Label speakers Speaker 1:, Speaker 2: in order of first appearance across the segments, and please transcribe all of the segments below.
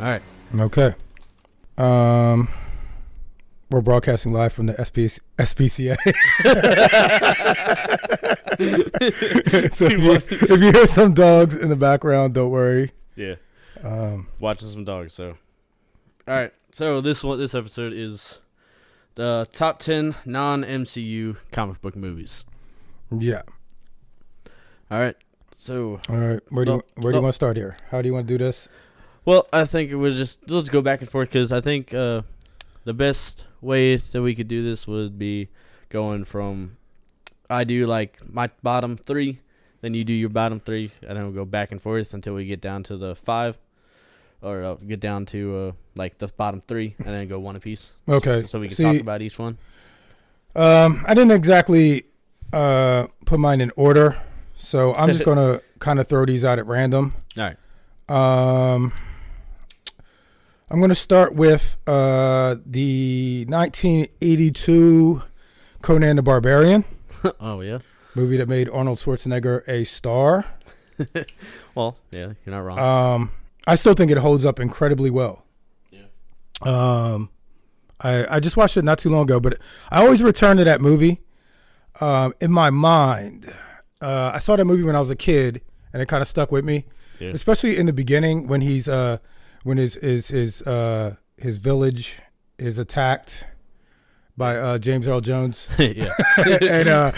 Speaker 1: Okay. Um, we're broadcasting live from the SPC, SPCA. so if you, if you hear some dogs in the background, don't worry.
Speaker 2: Yeah,
Speaker 1: Um,
Speaker 2: watching some dogs. So, all right. So this one, this episode is the top ten non MCU comic book movies.
Speaker 1: yeah.
Speaker 2: All right. So,
Speaker 1: All right. Where do you, where do you want to start here? How do you want to do this?
Speaker 2: well, I think it was just let's go back and forth because I think uh, the best way that we could do this would be going from I do like my bottom three, then you do your bottom three, and then we'll go back and forth until we get down to the five, or uh, get down to uh, like the bottom three, and then go one apiece.
Speaker 1: Okay.
Speaker 2: so we can
Speaker 1: See,
Speaker 2: talk about each one.
Speaker 1: Um, I didn't exactly uh, put mine in order, so I'm just gonna kind of throw these out at random.
Speaker 2: All right.
Speaker 1: Um, I'm gonna start with uh, the 1982 Conan the Barbarian
Speaker 2: oh yeah.
Speaker 1: movie that made Arnold Schwarzenegger a star.
Speaker 2: Well, yeah, you're not wrong.
Speaker 1: Um, I still think it holds up incredibly well.
Speaker 2: Yeah.
Speaker 1: Um, I I just watched it not too long ago, but I always return to that movie. Um, in my mind, uh, I saw that movie when I was a kid, and it kind of stuck with me,
Speaker 2: Yeah.
Speaker 1: especially in the beginning when he's uh when his his his uh his village is attacked by uh, James Earl Jones
Speaker 2: yeah.
Speaker 1: and uh,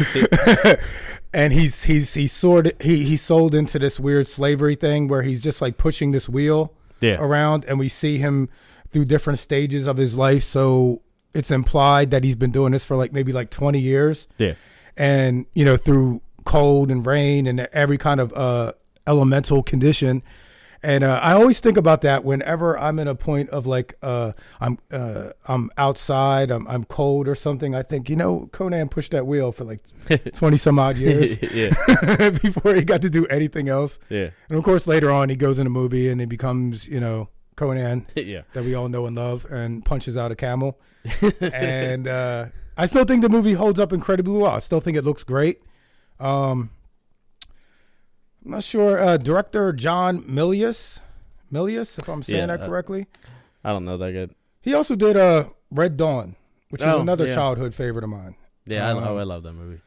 Speaker 1: and he's he's he's sort he he's sold into this weird slavery thing where he's just like pushing this wheel
Speaker 2: Yeah.
Speaker 1: around, and we see him through different stages of his life. So it's implied that he's been doing this for like maybe like twenty years,
Speaker 2: Yeah.
Speaker 1: and you know through cold and rain and every kind of uh, elemental condition. And uh, I always think about that whenever I'm in a point of like uh, I'm uh, I'm outside, I'm I'm cold or something. I think you know Conan pushed that wheel for like twenty some odd years
Speaker 2: yeah.
Speaker 1: before he got to do anything else.
Speaker 2: Yeah.
Speaker 1: And of course, later on, he goes in a movie and he becomes you know Conan
Speaker 2: Yeah.
Speaker 1: that we all know and love and punches out a camel. and uh, I still think the movie holds up incredibly well. I still think it looks great. Um, I'm not sure. Uh, director John Milius, Milius, if I'm saying
Speaker 2: Yeah,
Speaker 1: that
Speaker 2: uh,
Speaker 1: correctly.
Speaker 2: I don't know that good.
Speaker 1: He also did uh, Red Dawn, which is
Speaker 2: Oh,
Speaker 1: another
Speaker 2: yeah.
Speaker 1: childhood favorite of mine.
Speaker 2: Yeah. I, oh,
Speaker 1: Um,
Speaker 2: I love that movie.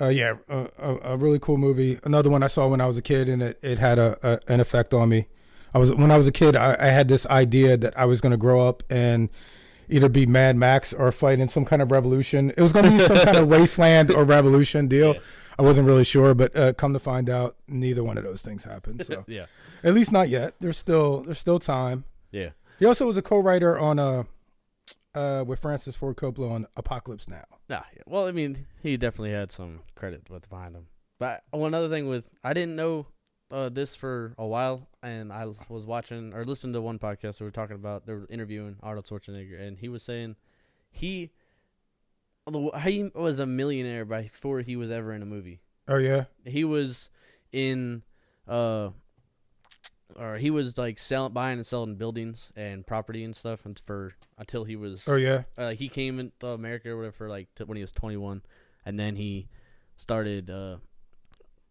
Speaker 1: Uh, yeah, a, a, a really cool movie. Another one I saw when I was a kid, and it, it had a, a an effect on me. I was when I was a kid, I, I had this idea that I was going to grow up and either be Mad Max or fight in some kind of revolution. It was going to be some kind of wasteland or revolution deal.
Speaker 2: Yeah.
Speaker 1: I wasn't really sure, but uh, come to find out, neither one of those things happened. So
Speaker 2: Yeah.
Speaker 1: at least not yet. There's still there's still time.
Speaker 2: Yeah.
Speaker 1: He also was a co-writer on uh, uh, with Francis Ford Coppola on Apocalypse Now.
Speaker 2: Nah. yeah. Well, I mean, he definitely had some credit with behind him. But one other thing with I didn't know uh, this for a while, and I was watching or listening to one podcast. They were talking about they were interviewing Arnold Schwarzenegger, and he was saying he he was a millionaire before he was ever in a movie.
Speaker 1: Oh yeah,
Speaker 2: he was in uh or he was like selling buying and selling buildings and property and stuff and for until he was
Speaker 1: oh yeah.
Speaker 2: uh, he came into America or whatever for like t- when he was 21 and then he started uh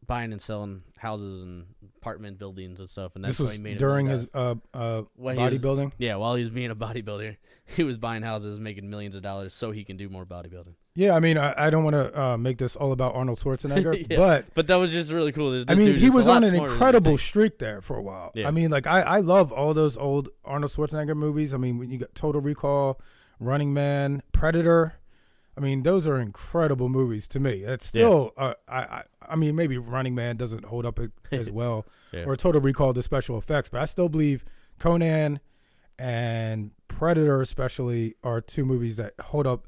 Speaker 2: buying and selling houses and apartment buildings and stuff and that's
Speaker 1: This was
Speaker 2: what he made
Speaker 1: during
Speaker 2: him,
Speaker 1: his uh, uh,
Speaker 2: when he was-
Speaker 1: bodybuilding.
Speaker 2: yeah while he was being a bodybuilder he was buying houses making millions of dollars so he can do more bodybuilding
Speaker 1: Yeah, I mean, I, I don't want to uh, make this all about Arnold Schwarzenegger,
Speaker 2: Yeah.
Speaker 1: but
Speaker 2: but that was just really cool This
Speaker 1: I mean,
Speaker 2: dude's
Speaker 1: he
Speaker 2: just a
Speaker 1: was
Speaker 2: lot
Speaker 1: on an
Speaker 2: smarter than you
Speaker 1: incredible
Speaker 2: think.
Speaker 1: streak there for a while.
Speaker 2: Yeah.
Speaker 1: I mean, like I, I love all those old Arnold Schwarzenegger movies. I mean, when you got Total Recall, Running Man, Predator. I mean, those are incredible movies to me. It's
Speaker 2: Yeah.
Speaker 1: still, uh, I, I, I mean, maybe Running Man doesn't hold up a- as well,
Speaker 2: Yeah.
Speaker 1: or Total Recall the special effects, but I still believe Conan and Predator, especially, are two movies that hold up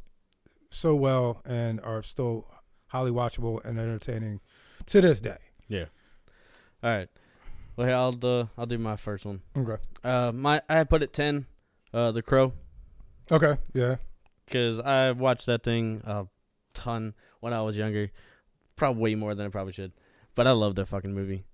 Speaker 1: so well and are still highly watchable and entertaining to this day.
Speaker 2: all right well here, I'll uh, I'll do my first one
Speaker 1: Okay.
Speaker 2: Uh, my I put it ten. Uh, The Crow,
Speaker 1: Okay. Yeah.
Speaker 2: because I watched that thing a ton when I was younger, probably way more than I probably should. But I love that fucking movie.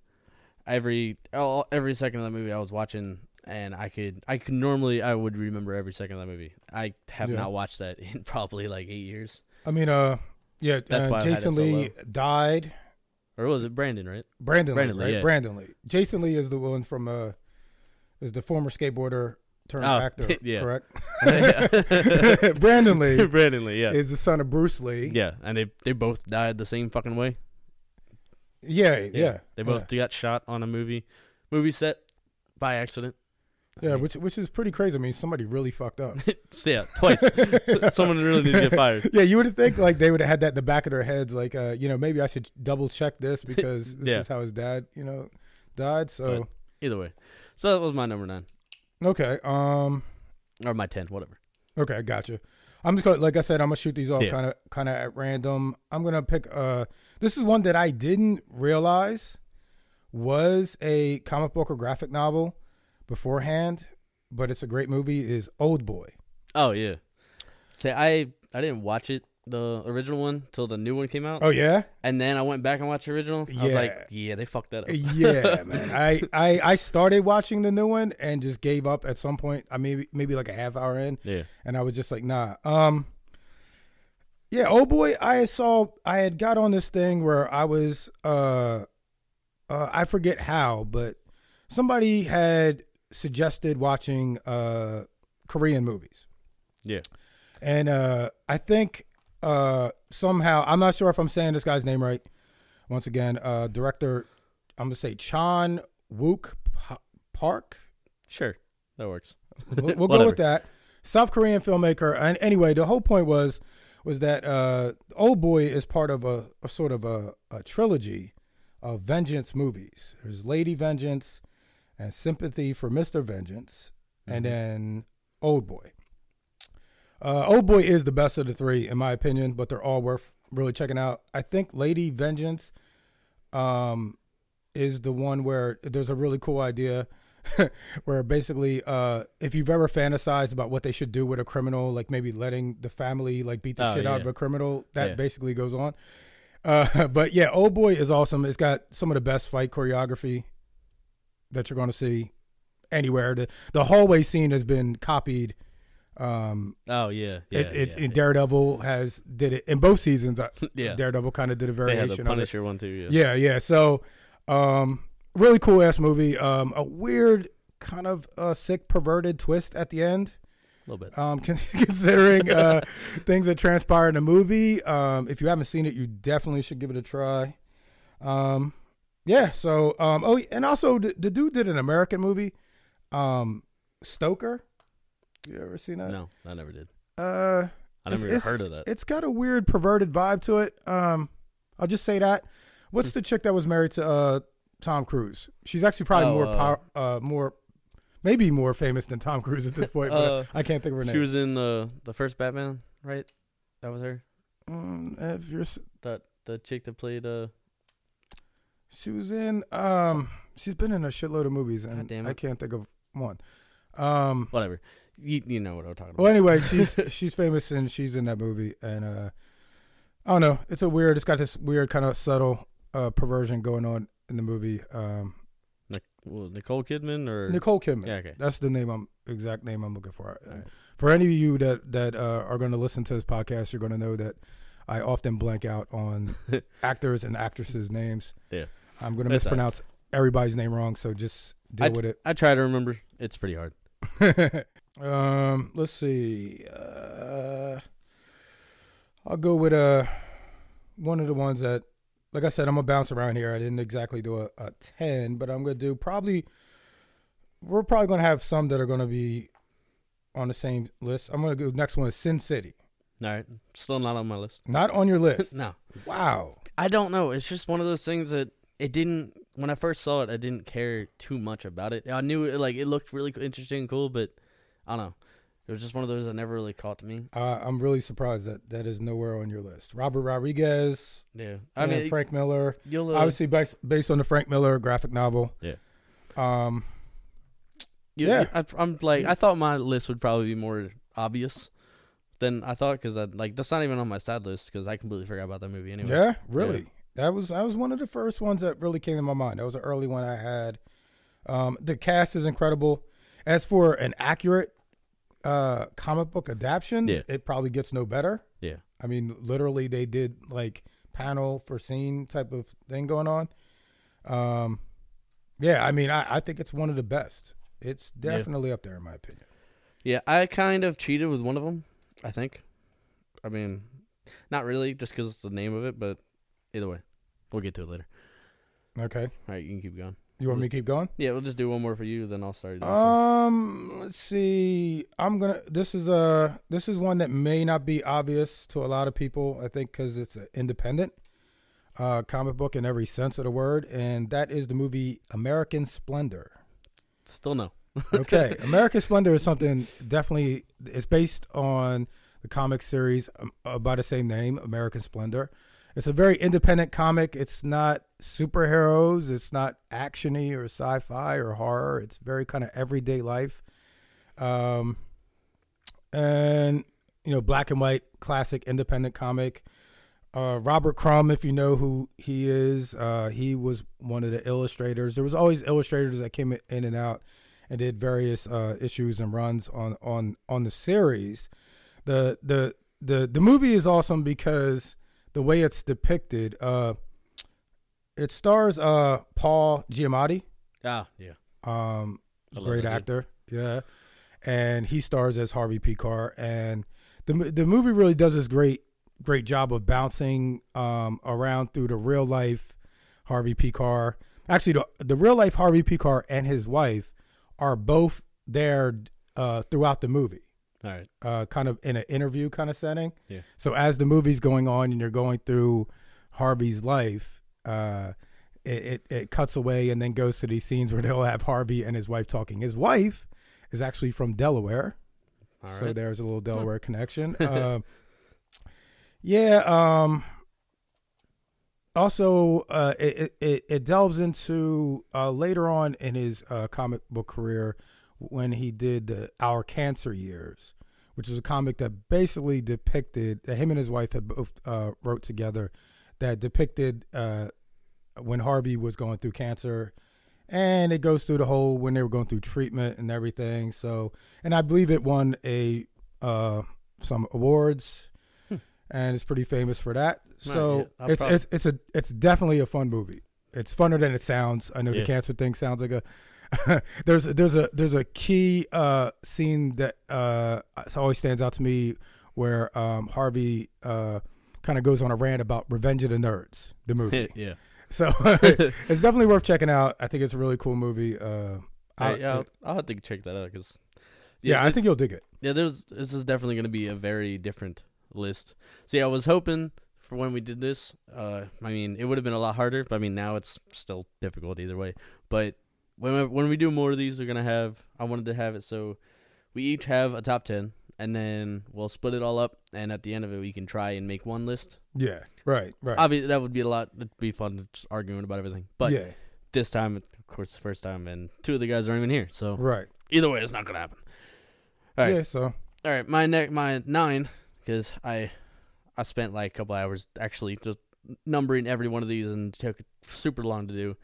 Speaker 2: Every all, every second of that movie I was watching, and I could I could normally I would remember every second of that movie. I have
Speaker 1: Yeah.
Speaker 2: not watched that in probably like eight years.
Speaker 1: I mean, uh, yeah.
Speaker 2: That's
Speaker 1: uh,
Speaker 2: why I had it
Speaker 1: Jason
Speaker 2: so
Speaker 1: Lee died.
Speaker 2: Or was it Brandon? Right?
Speaker 1: Brandon,
Speaker 2: Brandon
Speaker 1: Lee,
Speaker 2: Lee,
Speaker 1: right?
Speaker 2: yeah.
Speaker 1: Brandon Lee. Jason Lee is the one from uh, is the former skateboarder turn
Speaker 2: Oh,
Speaker 1: actor,
Speaker 2: yeah.
Speaker 1: correct? Brandon Lee
Speaker 2: Brandon Lee, yeah.
Speaker 1: is the son of Bruce Lee.
Speaker 2: yeah, and they they both died the same fucking way.
Speaker 1: yeah, yeah.
Speaker 2: They both got shot on a movie movie set by accident. I
Speaker 1: Yeah,
Speaker 2: mean,
Speaker 1: which which is pretty crazy. I mean, somebody really fucked up.
Speaker 2: yeah, twice. Someone really needs to get fired.
Speaker 1: yeah, you would think like they would have had that in the back of their heads, like uh, you know, maybe I should double check this because this
Speaker 2: Yeah.
Speaker 1: is how his dad, you know, died. So
Speaker 2: Either way. So that was my number 9
Speaker 1: okay, um,
Speaker 2: or my 10, whatever.
Speaker 1: okay, I gotcha. I'm just gonna, like I said, I'm gonna shoot these off
Speaker 2: Yeah.
Speaker 1: kind of kind of at random. I'm gonna pick. Uh, this is one that I didn't realize was a comic book or graphic novel beforehand, but it's a great movie. Is Old Boy?
Speaker 2: Oh yeah. Say I I didn't watch it the original one till the new one came out.
Speaker 1: Oh yeah,
Speaker 2: And then I went back and watched the original. I was
Speaker 1: Yeah.
Speaker 2: like, yeah, they fucked that up.
Speaker 1: yeah, man. I, I I started watching the new one and just gave up at some point. I maybe maybe like a half hour in,
Speaker 2: Yeah.
Speaker 1: and I was just like, nah. Um, yeah. Oh boy, I saw I had got on this thing where I was uh, uh I forget how, but somebody had suggested watching uh Korean movies.
Speaker 2: Yeah.
Speaker 1: And uh, I think uh, somehow, I'm not sure if I'm saying this guy's name right. Once again, uh, director, I'm going to say Chan Wook Pa- Park.
Speaker 2: Sure. That works.
Speaker 1: We'll, we'll go with that. South Korean filmmaker. And anyway, the whole point was was that uh, Old Boy is part of a, a sort of a, a trilogy of vengeance movies. There's Lady Vengeance and Sympathy for Mr. Vengeance, and then Old Boy. Uh, Old Boy is the best of the three, in my opinion, but they're all worth really checking out. I think Lady Vengeance um, is the one where there's a really cool idea where basically uh, if you've ever fantasized about what they should do with a criminal, like maybe letting the family like beat the
Speaker 2: Oh,
Speaker 1: shit out
Speaker 2: yeah.
Speaker 1: of a criminal, that
Speaker 2: Yeah.
Speaker 1: basically goes on. Uh, but yeah, Old Boy is awesome. It's got some of the best fight choreography that you're going to see anywhere. The, the hallway scene has been copied. Um,
Speaker 2: Oh yeah. Yeah.
Speaker 1: it, it,
Speaker 2: yeah,
Speaker 1: and Daredevil has did it in both seasons. uh,
Speaker 2: yeah.
Speaker 1: Daredevil kind of did a
Speaker 2: They had the
Speaker 1: variation of it.
Speaker 2: Punisher one too. Yeah.
Speaker 1: Yeah, yeah. So, um, really cool ass movie. Um, a weird kind of uh, sick perverted twist at the end.
Speaker 2: A little bit.
Speaker 1: Um, con- considering uh, things that transpire in the movie. Um, if you haven't seen it, you definitely should give it a try. Um, yeah. So, um, oh, and also the, the dude did an American movie, um, Stoker. You ever seen that?
Speaker 2: no, I never did.
Speaker 1: Uh,
Speaker 2: I
Speaker 1: it's-
Speaker 2: never even
Speaker 1: it's-
Speaker 2: heard of that.
Speaker 1: it's got a weird perverted vibe to it. Um, I'll just say that. What's
Speaker 2: Hmm.
Speaker 1: the chick that was married to uh, Tom Cruise? She's actually probably
Speaker 2: Oh,
Speaker 1: more
Speaker 2: uh,
Speaker 1: power, uh, more, maybe more famous than Tom Cruise at this point. But
Speaker 2: Uh,
Speaker 1: I can't think of her name.
Speaker 2: She was in the the first Batman, right? That was her.
Speaker 1: Mm, if you're, s-
Speaker 2: That the chick that played uh
Speaker 1: she was in. Um, she's been in a shitload of movies,
Speaker 2: God
Speaker 1: and
Speaker 2: damn
Speaker 1: I
Speaker 2: it.
Speaker 1: can't think of one. Um,
Speaker 2: whatever. You you know what I'm talking about.
Speaker 1: well, anyway, she's she's famous and she's in that movie, and uh, I don't know. It's a weird. It's got this weird kind of subtle uh, perversion going on in the movie. Um,
Speaker 2: Nic- well, Nicole Kidman or
Speaker 1: Nicole Kidman.
Speaker 2: yeah, okay.
Speaker 1: That's the name I'm exact name I'm looking for. And
Speaker 2: Alright.
Speaker 1: For any of you that that uh, are going to listen to this podcast, you're going to know that I often blank out on actors and actresses' names.
Speaker 2: Yeah.
Speaker 1: I'm going to
Speaker 2: That's
Speaker 1: mispronounce everybody's name wrong, so just deal
Speaker 2: I-
Speaker 1: with
Speaker 2: I try to remember. It's pretty hard.
Speaker 1: it. um, let's see. Uh, I'll go with uh one of the ones that, like I said, I'm gonna bounce around here. I didn't exactly do a, a ten, but I'm gonna do probably. We're probably gonna have some that are gonna be on the same list. I'm gonna go next one is Sin City.
Speaker 2: All right, still not on my list.
Speaker 1: Not on your list.
Speaker 2: no,
Speaker 1: Wow.
Speaker 2: I don't know. It's just one of those things that it didn't. When I first saw it, I didn't care too much about it. I knew it, like it looked really co- interesting and cool, but I don't know. It was just one of those that never really caught me.
Speaker 1: Uh, I'm really surprised that that is nowhere on your list. Robert Rodriguez,
Speaker 2: Yeah, I
Speaker 1: I
Speaker 2: mean, it-
Speaker 1: Frank Miller.
Speaker 2: you'll uh,
Speaker 1: Obviously based based on the Frank Miller graphic novel.
Speaker 2: Yeah.
Speaker 1: Um.
Speaker 2: you,
Speaker 1: yeah.
Speaker 2: you- I, I'm like, I thought my list would probably be more obvious than I thought because I like that's not even on my sad list because I completely forgot about that movie anyway.
Speaker 1: Yeah, really. That was that was one of the first ones that really came to my mind. That was an early one I had. Um, the cast is incredible. As for an accurate uh, comic book adaptation,
Speaker 2: Yeah.
Speaker 1: it probably gets no better.
Speaker 2: Yeah.
Speaker 1: I mean, literally, they did like panel for scene type of thing going on. Um, yeah, I mean, I, I think it's one of the best. It's
Speaker 2: Yeah.
Speaker 1: definitely up there in my opinion.
Speaker 2: Yeah, I kind of cheated with one of them. I think. I mean, not really, just because it's the name of it. But either way, we'll get to it later.
Speaker 1: Okay.
Speaker 2: All right, you can keep going.
Speaker 1: You want me to keep going?
Speaker 2: Yeah, we'll just do one more for you, then I'll start. doing some.
Speaker 1: Um, let's see. I'm gonna. This is a. This is one that may not be obvious to a lot of people. I think because it's an independent uh, comic book in every sense of the word, and that is the movie American Splendor.
Speaker 2: Still no.
Speaker 1: okay, American Splendor is something definitely. It's based on the comic series um, uh, by the same name, American Splendor. It's a very independent comic. It's not superheroes. It's not actiony or sci-fi or horror. It's very kind of everyday life, um, and you know, black and white classic independent comic. Uh, Robert Crumb, if you know who he is, uh, he was one of the illustrators. There was always illustrators that came in and out and did various uh, issues and runs on on on the series. The the the the movie is awesome because the way it's depicted. Uh, it stars uh, Paul Giamatti,
Speaker 2: Ah, yeah.
Speaker 1: um,
Speaker 2: I love
Speaker 1: great
Speaker 2: that
Speaker 1: actor, yeah, and he stars as Harvey P. Carr. And the mo- the movie really does this great great job of bouncing um, around through the real life Harvey P. Carr. Actually, the, the real life Harvey P. Carr and his wife are both there uh, throughout the movie
Speaker 2: All right.
Speaker 1: uh, kind of in an interview kind of setting.
Speaker 2: Yeah.
Speaker 1: So as the movie's going on and you're going through Harvey's life, uh, it, it it cuts away and then goes to these scenes where they'll have Harvey and his wife talking. His wife is actually from Delaware,
Speaker 2: All
Speaker 1: so
Speaker 2: right.
Speaker 1: there's a little Delaware connection. Uh, yeah. Um, also, uh, it, it- it it delves into uh, later on in his uh, comic book career when he did the Our Cancer Years, which is a comic that basically depicted that him and his wife had both uh, wrote together that depicted uh, when Harvey was going through cancer. And it goes through the whole when they were going through treatment and everything. So, and I believe it won a uh, some awards,
Speaker 2: Hmm.
Speaker 1: and it's pretty famous for that.
Speaker 2: yeah,
Speaker 1: So
Speaker 2: I'll
Speaker 1: it's
Speaker 2: probably-
Speaker 1: it's it's a it's definitely a fun movie. It's funner than it sounds. I know
Speaker 2: Yeah.
Speaker 1: the cancer thing sounds like a there's there's a there's a key uh, scene that uh, always stands out to me where um, Harvey uh, kind of goes on a rant about Revenge of the Nerds, the movie.
Speaker 2: yeah.
Speaker 1: so it's definitely worth checking out. I think it's a really cool movie. Uh,
Speaker 2: I,
Speaker 1: I-
Speaker 2: will I'll have to check that out because.
Speaker 1: yeah, I think you'll dig it.
Speaker 2: Yeah, there's this is definitely going to be a very different list. See, I was hoping for when we did this. Uh, I mean, it would have been a lot harder, but I mean, now it's still difficult either way. But when when we do more of these, we're gonna have. I wanted to have it so we each have a top ten, and then we'll split it all up, and at the end of it, we can try and make one list.
Speaker 1: Yeah, right, right.
Speaker 2: Obviously, that would be a lot. It'd be fun just arguing about everything. But
Speaker 1: yeah,
Speaker 2: this time, of course, the first time, and two of the guys aren't even here, so
Speaker 1: right.
Speaker 2: either way, it's not gonna happen. All right.
Speaker 1: Yeah, so
Speaker 2: All right, my neck, my nine, because I, I spent like a couple hours actually just numbering every one of these and took super long to do,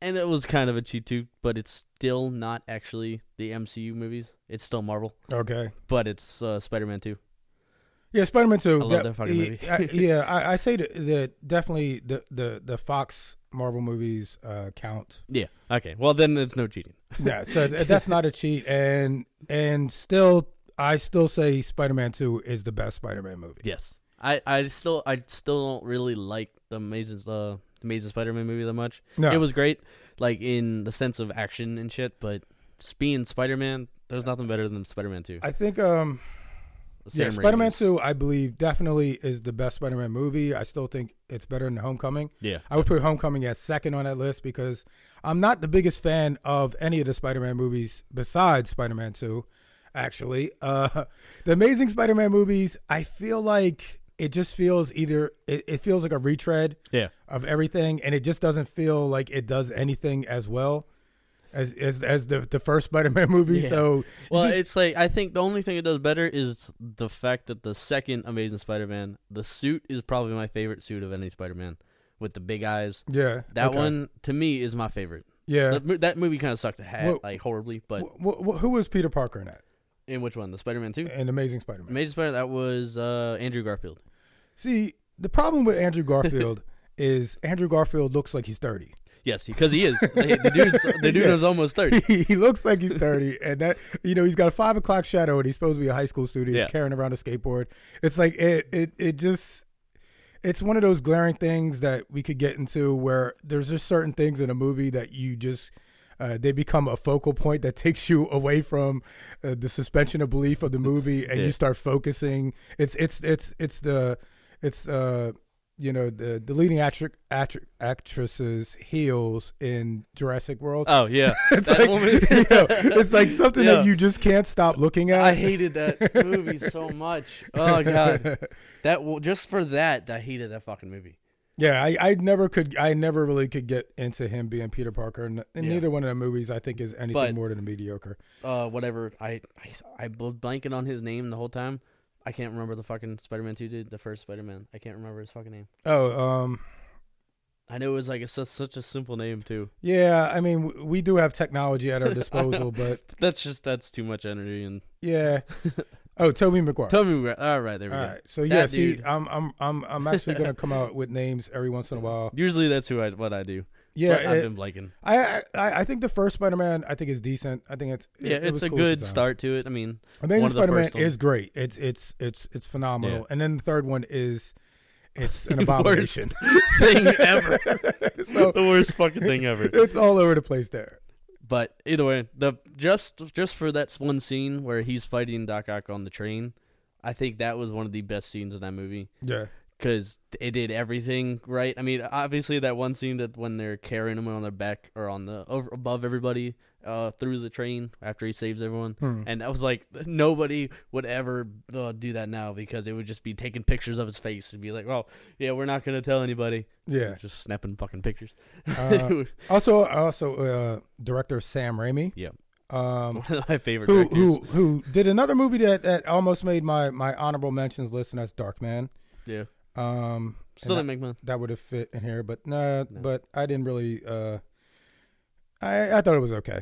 Speaker 2: and it was kind of a cheat too. But it's still not actually the MCU movies. It's still Marvel,
Speaker 1: okay.
Speaker 2: but it's uh, Spider-Man two.
Speaker 1: Yeah, Spider Man Two.
Speaker 2: I love
Speaker 1: de-
Speaker 2: that fucking
Speaker 1: yeah,
Speaker 2: movie.
Speaker 1: I- yeah, I, I say that, that definitely the, the the Fox Marvel movies uh, count.
Speaker 2: Yeah. Okay. Well, then it's no cheating.
Speaker 1: Yeah, so th- that's not a cheat, and and still, I still say Spider Man Two is the best Spider Man movie.
Speaker 2: Yes. I, I still I still don't really like the Amazing uh the Amazing Spider-Man movie that much.
Speaker 1: No,
Speaker 2: It was great, like in the sense of action and shit, but just being Spider-Man, there's nothing better than Spider-Man two.
Speaker 1: I think um yeah,
Speaker 2: Sam
Speaker 1: Spider Man
Speaker 2: Raimi's-
Speaker 1: Two, I believe definitely is the best Spider Man movie. I still think it's better than Homecoming.
Speaker 2: Yeah.
Speaker 1: I would put Homecoming as second on that list because I'm not the biggest fan of any of the Spider-Man movies besides Spider-Man 2. Actually, uh, the Amazing Spider-Man movies, I feel like it just feels either it, it feels like a retread
Speaker 2: Yeah.
Speaker 1: of everything, and it just doesn't feel like it does anything as well as as, as the the first Spider-Man movie.
Speaker 2: Yeah.
Speaker 1: So you
Speaker 2: Well,
Speaker 1: just-
Speaker 2: it's like I think the only thing it does better is the fact that the second Amazing Spider-Man, the suit is probably my favorite suit of any Spider-Man, with the big eyes.
Speaker 1: yeah,
Speaker 2: That
Speaker 1: okay.
Speaker 2: one to me is my favorite.
Speaker 1: yeah.
Speaker 2: The mo- that movie kind of sucked a hat
Speaker 1: Well-
Speaker 2: like horribly, but
Speaker 1: Wh- wh- who was Peter Parker in that?
Speaker 2: in which one? The Spider-Man two,
Speaker 1: In Amazing Spider-Man.
Speaker 2: Amazing Spider-Man. That was uh, Andrew Garfield.
Speaker 1: See, the problem with Andrew Garfield is Andrew Garfield looks like he's 30.
Speaker 2: Yes, because he is. the the dude's the dude
Speaker 1: Yeah.
Speaker 2: is almost thirty.
Speaker 1: he he looks like he's 30 and that you know he's got a five o'clock shadow and he's supposed to be a high school student he's
Speaker 2: Yeah.
Speaker 1: carrying around a skateboard it's like it, it it just it's one of those glaring things that we could get into where there's just certain things in a movie that you just uh, they become a focal point that takes you away from uh, the suspension of belief of the movie and
Speaker 2: Yeah.
Speaker 1: you start focusing it's it's it's it's the it's uh you know the the leading actri- actri- actresses heels in Jurassic World
Speaker 2: Oh yeah,
Speaker 1: it's
Speaker 2: That
Speaker 1: like
Speaker 2: woman-
Speaker 1: you know, it's like something
Speaker 2: Yeah.
Speaker 1: that you just can't stop looking at.
Speaker 2: I hated that movie so much. Oh god, that w- just for that, I hated that fucking movie.
Speaker 1: yeah, I, I never could. I never really could get into him being Peter Parker, and, and
Speaker 2: Yeah.
Speaker 1: neither one of the movies I think is anything
Speaker 2: But-
Speaker 1: more than a mediocre.
Speaker 2: Uh, whatever. I I, I bl- blanking on his name the whole time. I can't remember the fucking Spider-Man two dude, the first Spider-Man. I can't remember his fucking name.
Speaker 1: Oh, um,
Speaker 2: I know it was like it's such, such a simple name too.
Speaker 1: yeah. I mean, w- we do have technology at our disposal, but
Speaker 2: That's just that's too much energy and
Speaker 1: yeah. Oh, Toby McGuire.
Speaker 2: Tell me, where- all right, there we
Speaker 1: All
Speaker 2: go.
Speaker 1: right, so
Speaker 2: That
Speaker 1: yeah, see,
Speaker 2: dude.
Speaker 1: I'm I'm I'm I'm actually gonna come out with names every once in a while.
Speaker 2: Usually that's who I what I do.
Speaker 1: Yeah,
Speaker 2: But I've
Speaker 1: it-
Speaker 2: been blanking.
Speaker 1: I, I I think the first Spider-Man I think is decent. I think it's it-
Speaker 2: Yeah,
Speaker 1: it
Speaker 2: it's
Speaker 1: was
Speaker 2: a
Speaker 1: cool at the
Speaker 2: good
Speaker 1: time.
Speaker 2: start to it. I mean, One
Speaker 1: Amazing
Speaker 2: of the
Speaker 1: Spider Man
Speaker 2: first ones.
Speaker 1: is great. It's it's it's it's phenomenal.
Speaker 2: Yeah.
Speaker 1: And then the third one is it's an
Speaker 2: Worst.
Speaker 1: abomination.
Speaker 2: thing ever,
Speaker 1: so
Speaker 2: the worst fucking thing ever.
Speaker 1: it's all over the place there.
Speaker 2: But either way, the just just for that one scene where he's fighting Doc Ock on the train, I think that was one of the best scenes in that movie
Speaker 1: Yeah.
Speaker 2: because it did everything right. I mean, obviously that one scene that when they're carrying him on their back or on the over above everybody uh, through the train after he saves everyone.
Speaker 1: Hmm.
Speaker 2: And I was like, nobody would ever uh, do that now because it would just be taking pictures of his face and be like, well, yeah, we're not gonna tell anybody.
Speaker 1: Yeah.
Speaker 2: just snapping fucking pictures.
Speaker 1: Uh, also also uh, director Sam Raimi.
Speaker 2: Yeah.
Speaker 1: Um
Speaker 2: One of my favorite
Speaker 1: who
Speaker 2: directors.
Speaker 1: who who did another movie that, that almost made my, my honorable mentions list and that's Dark Man.
Speaker 2: Yeah,
Speaker 1: Um
Speaker 2: still
Speaker 1: and
Speaker 2: didn't make money.
Speaker 1: that would have fit in here, but nah,
Speaker 2: No.
Speaker 1: but I didn't really uh I, I thought it was okay.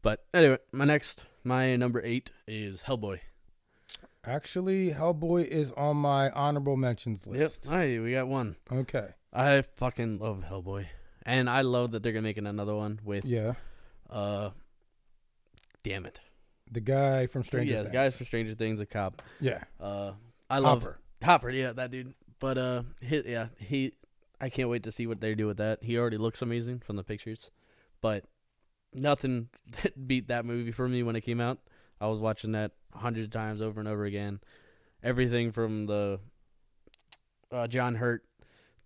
Speaker 2: But anyway, my next, my number eight is Hellboy.
Speaker 1: Actually, Hellboy is on my honorable mentions list.
Speaker 2: Yep. Hey, we got one.
Speaker 1: Okay.
Speaker 2: I fucking love Hellboy, and I love that they're gonna make another one with
Speaker 1: Yeah,
Speaker 2: uh, damn it,
Speaker 1: the guy from Stranger
Speaker 2: yeah, the
Speaker 1: Things.
Speaker 2: guys from Stranger Things, a cop.
Speaker 1: yeah,
Speaker 2: Uh, I love
Speaker 1: Hopper.
Speaker 2: Hopper. Yeah, that dude. But uh, he, yeah, he. I can't wait to see what they do with that. He already looks amazing from the pictures, but nothing beat that movie for me when it came out. I was watching that a hundred times over and over again. Everything from the uh, John Hurt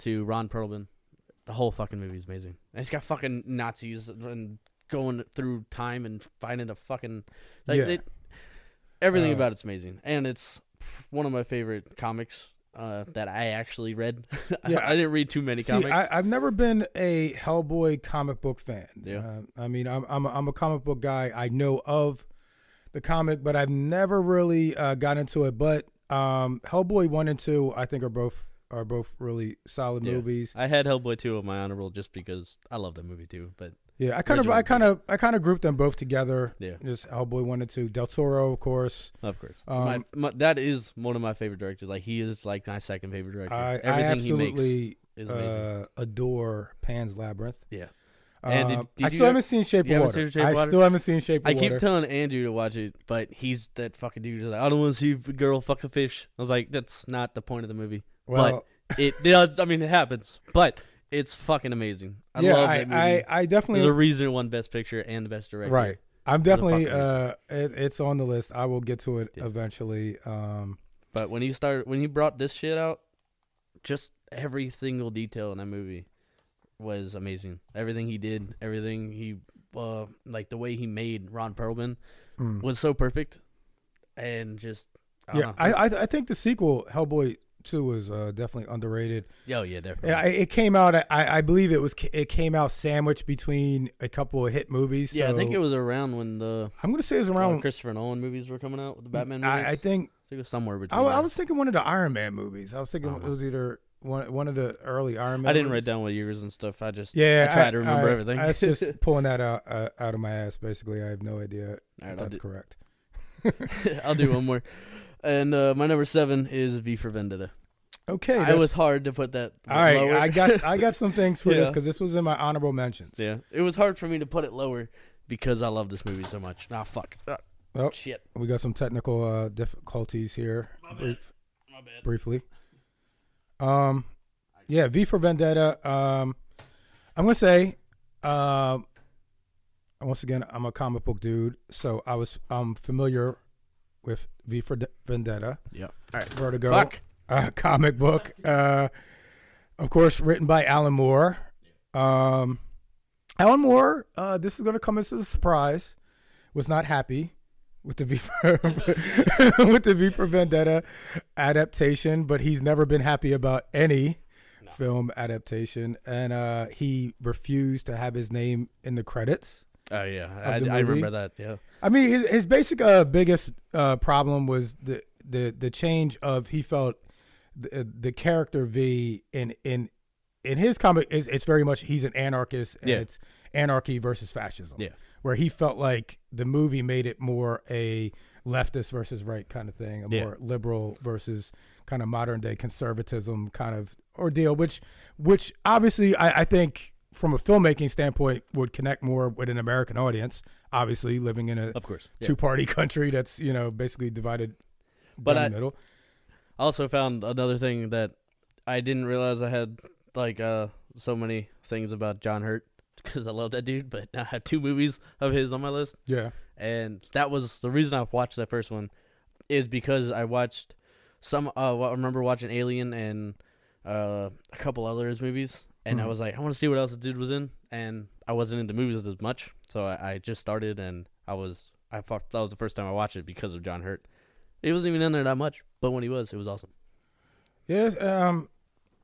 Speaker 2: to Ron Perlman, the whole fucking movie is amazing. And it's got fucking Nazis and going through time and finding a fucking like
Speaker 1: Yeah.
Speaker 2: it, everything
Speaker 1: Uh,
Speaker 2: about it's amazing, and it's one of my favorite comics uh, that I actually read.
Speaker 1: Yeah.
Speaker 2: I didn't read too many
Speaker 1: See,
Speaker 2: comics.
Speaker 1: I, I've never been a Hellboy comic book fan.
Speaker 2: Yeah.
Speaker 1: Um, I mean, I'm I'm a, I'm a comic book guy. I know of the comic, but I've never really uh, got into it. But um, Hellboy one and two, I think, are both are both really solid
Speaker 2: Yeah.
Speaker 1: movies.
Speaker 2: I had Hellboy two of my honorable just because I love that movie too. But
Speaker 1: Yeah, I kind of
Speaker 2: Original
Speaker 1: I kind of I kind of grouped them both together.
Speaker 2: yeah,
Speaker 1: Just Hellboy one and two, Del Toro, of course.
Speaker 2: of course,
Speaker 1: Um,
Speaker 2: my, my, that is one of my favorite directors. Like he is like my second favorite director.
Speaker 1: I, I
Speaker 2: Everything he makes
Speaker 1: absolutely
Speaker 2: is amazing.
Speaker 1: uh, adore Pan's Labyrinth.
Speaker 2: Yeah.
Speaker 1: Uh,
Speaker 2: And did- did
Speaker 1: I
Speaker 2: you
Speaker 1: still
Speaker 2: not-
Speaker 1: haven't seen Shape
Speaker 2: you
Speaker 1: of
Speaker 2: haven't
Speaker 1: Water.
Speaker 2: seen Shape of
Speaker 1: I
Speaker 2: Water?
Speaker 1: still haven't seen Shape of
Speaker 2: I
Speaker 1: Water.
Speaker 2: keep telling Andrew to watch it, but he's that fucking dude. Who's like, I don't want to see a girl fuck a fish. I was like, that's not the point of the movie.
Speaker 1: well,
Speaker 2: It does. I mean, it happens, but it's fucking amazing. I
Speaker 1: yeah,
Speaker 2: love
Speaker 1: I,
Speaker 2: that movie.
Speaker 1: I, I
Speaker 2: There's a
Speaker 1: definitely
Speaker 2: reason it won Best Picture and the Best Director.
Speaker 1: right. I'm
Speaker 2: There's a
Speaker 1: definitely
Speaker 2: fucking
Speaker 1: uh, it, it's on the list. I will get to it
Speaker 2: Yeah.
Speaker 1: eventually. Um,
Speaker 2: But when he started, when he brought this shit out, just every single detail in that movie was amazing. Everything he did, everything he, uh, like the way he made Ron Perlman
Speaker 1: mm.
Speaker 2: was so perfect, and just I don't
Speaker 1: yeah,
Speaker 2: know.
Speaker 1: I, I I think the sequel Hellboy Two was uh, definitely underrated.
Speaker 2: oh yeah, definitely.
Speaker 1: Yeah, I- it came out. I, I believe it was it came out sandwiched between a couple of hit movies.
Speaker 2: yeah, I think
Speaker 1: so
Speaker 2: it was around when the
Speaker 1: I'm gonna say it's
Speaker 2: uh,
Speaker 1: around.
Speaker 2: Christopher Nolan movies were coming out, the Batman movies.
Speaker 1: I, I think
Speaker 2: it was somewhere between.
Speaker 1: I, wa- I
Speaker 2: there.
Speaker 1: was thinking one of the Iron Man movies. I was thinking
Speaker 2: Oh.
Speaker 1: it was either one one of the early Iron Man.
Speaker 2: I didn't write
Speaker 1: movies.
Speaker 2: down what years and stuff. I just
Speaker 1: Yeah,
Speaker 2: I tried to remember everything.
Speaker 1: That's just pulling that out uh, out of my ass. Basically, I have no
Speaker 2: All
Speaker 1: idea
Speaker 2: right,
Speaker 1: if
Speaker 2: I'll
Speaker 1: that's
Speaker 2: do,
Speaker 1: correct.
Speaker 2: I'll do one more. And uh, my number seven is V for Vendetta.
Speaker 1: Okay,
Speaker 2: I
Speaker 1: that's-
Speaker 2: was hard to put that.
Speaker 1: all right.
Speaker 2: lower.
Speaker 1: I got I got some things for this
Speaker 2: Yeah.
Speaker 1: because this was in my honorable mentions.
Speaker 2: yeah, it was hard for me to put it lower because I love this movie so much. Ah, fuck. Ah,
Speaker 1: Oh.
Speaker 2: shit.
Speaker 1: We got some technical uh, difficulties here. Brief,
Speaker 2: My bad.
Speaker 1: briefly. Um, yeah, V for Vendetta. Um, I'm gonna say, um, once again, I'm a comic book dude, so I was um familiar with V for De- Vendetta,
Speaker 2: Yeah. All right.
Speaker 1: Vertigo,
Speaker 2: Fuck.
Speaker 1: Uh, comic book. Uh, of course, written by Alan Moore. Um, Alan Moore. Uh, this is gonna come as a surprise. Was not happy with the V for with the V for Vendetta adaptation, but he's never been happy about any film adaptation, and uh, he refused to have his name in the credits.
Speaker 2: Oh yeah, I,
Speaker 1: the
Speaker 2: I remember
Speaker 1: movie?
Speaker 2: that. Yeah.
Speaker 1: I mean, his, his basic uh, biggest uh, problem was the, the the change of he felt the, uh, the character V in in in his comic is it's very much he's an anarchist and
Speaker 2: Yeah.
Speaker 1: it's anarchy versus fascism.
Speaker 2: Yeah.
Speaker 1: Where he felt like the movie made it more a leftist versus right kind of thing, a
Speaker 2: Yeah.
Speaker 1: more liberal versus kind of modern day conservatism kind of ordeal, which which obviously I, I think from a filmmaking standpoint would connect more with an American audience, obviously living in a
Speaker 2: Of course. Yeah.
Speaker 1: two party country that's, you know, basically divided
Speaker 2: But
Speaker 1: down
Speaker 2: I-
Speaker 1: the middle.
Speaker 2: I also found another thing that I didn't realize I had like uh so many things about John Hurt because I love that dude, but I have two movies of his on my list,
Speaker 1: Yeah.
Speaker 2: and that was the reason I watched that first one is because I watched some. Uh, I remember watching Alien and uh, a couple other his movies, and I
Speaker 1: Mhm.
Speaker 2: was like, I want to see what else the dude was in, and I wasn't into movies as much, so I, I just started, and I was I thought that was the first time I watched it because of John Hurt. He wasn't even in there that much, but when he was, it was awesome.
Speaker 1: Yes. Um.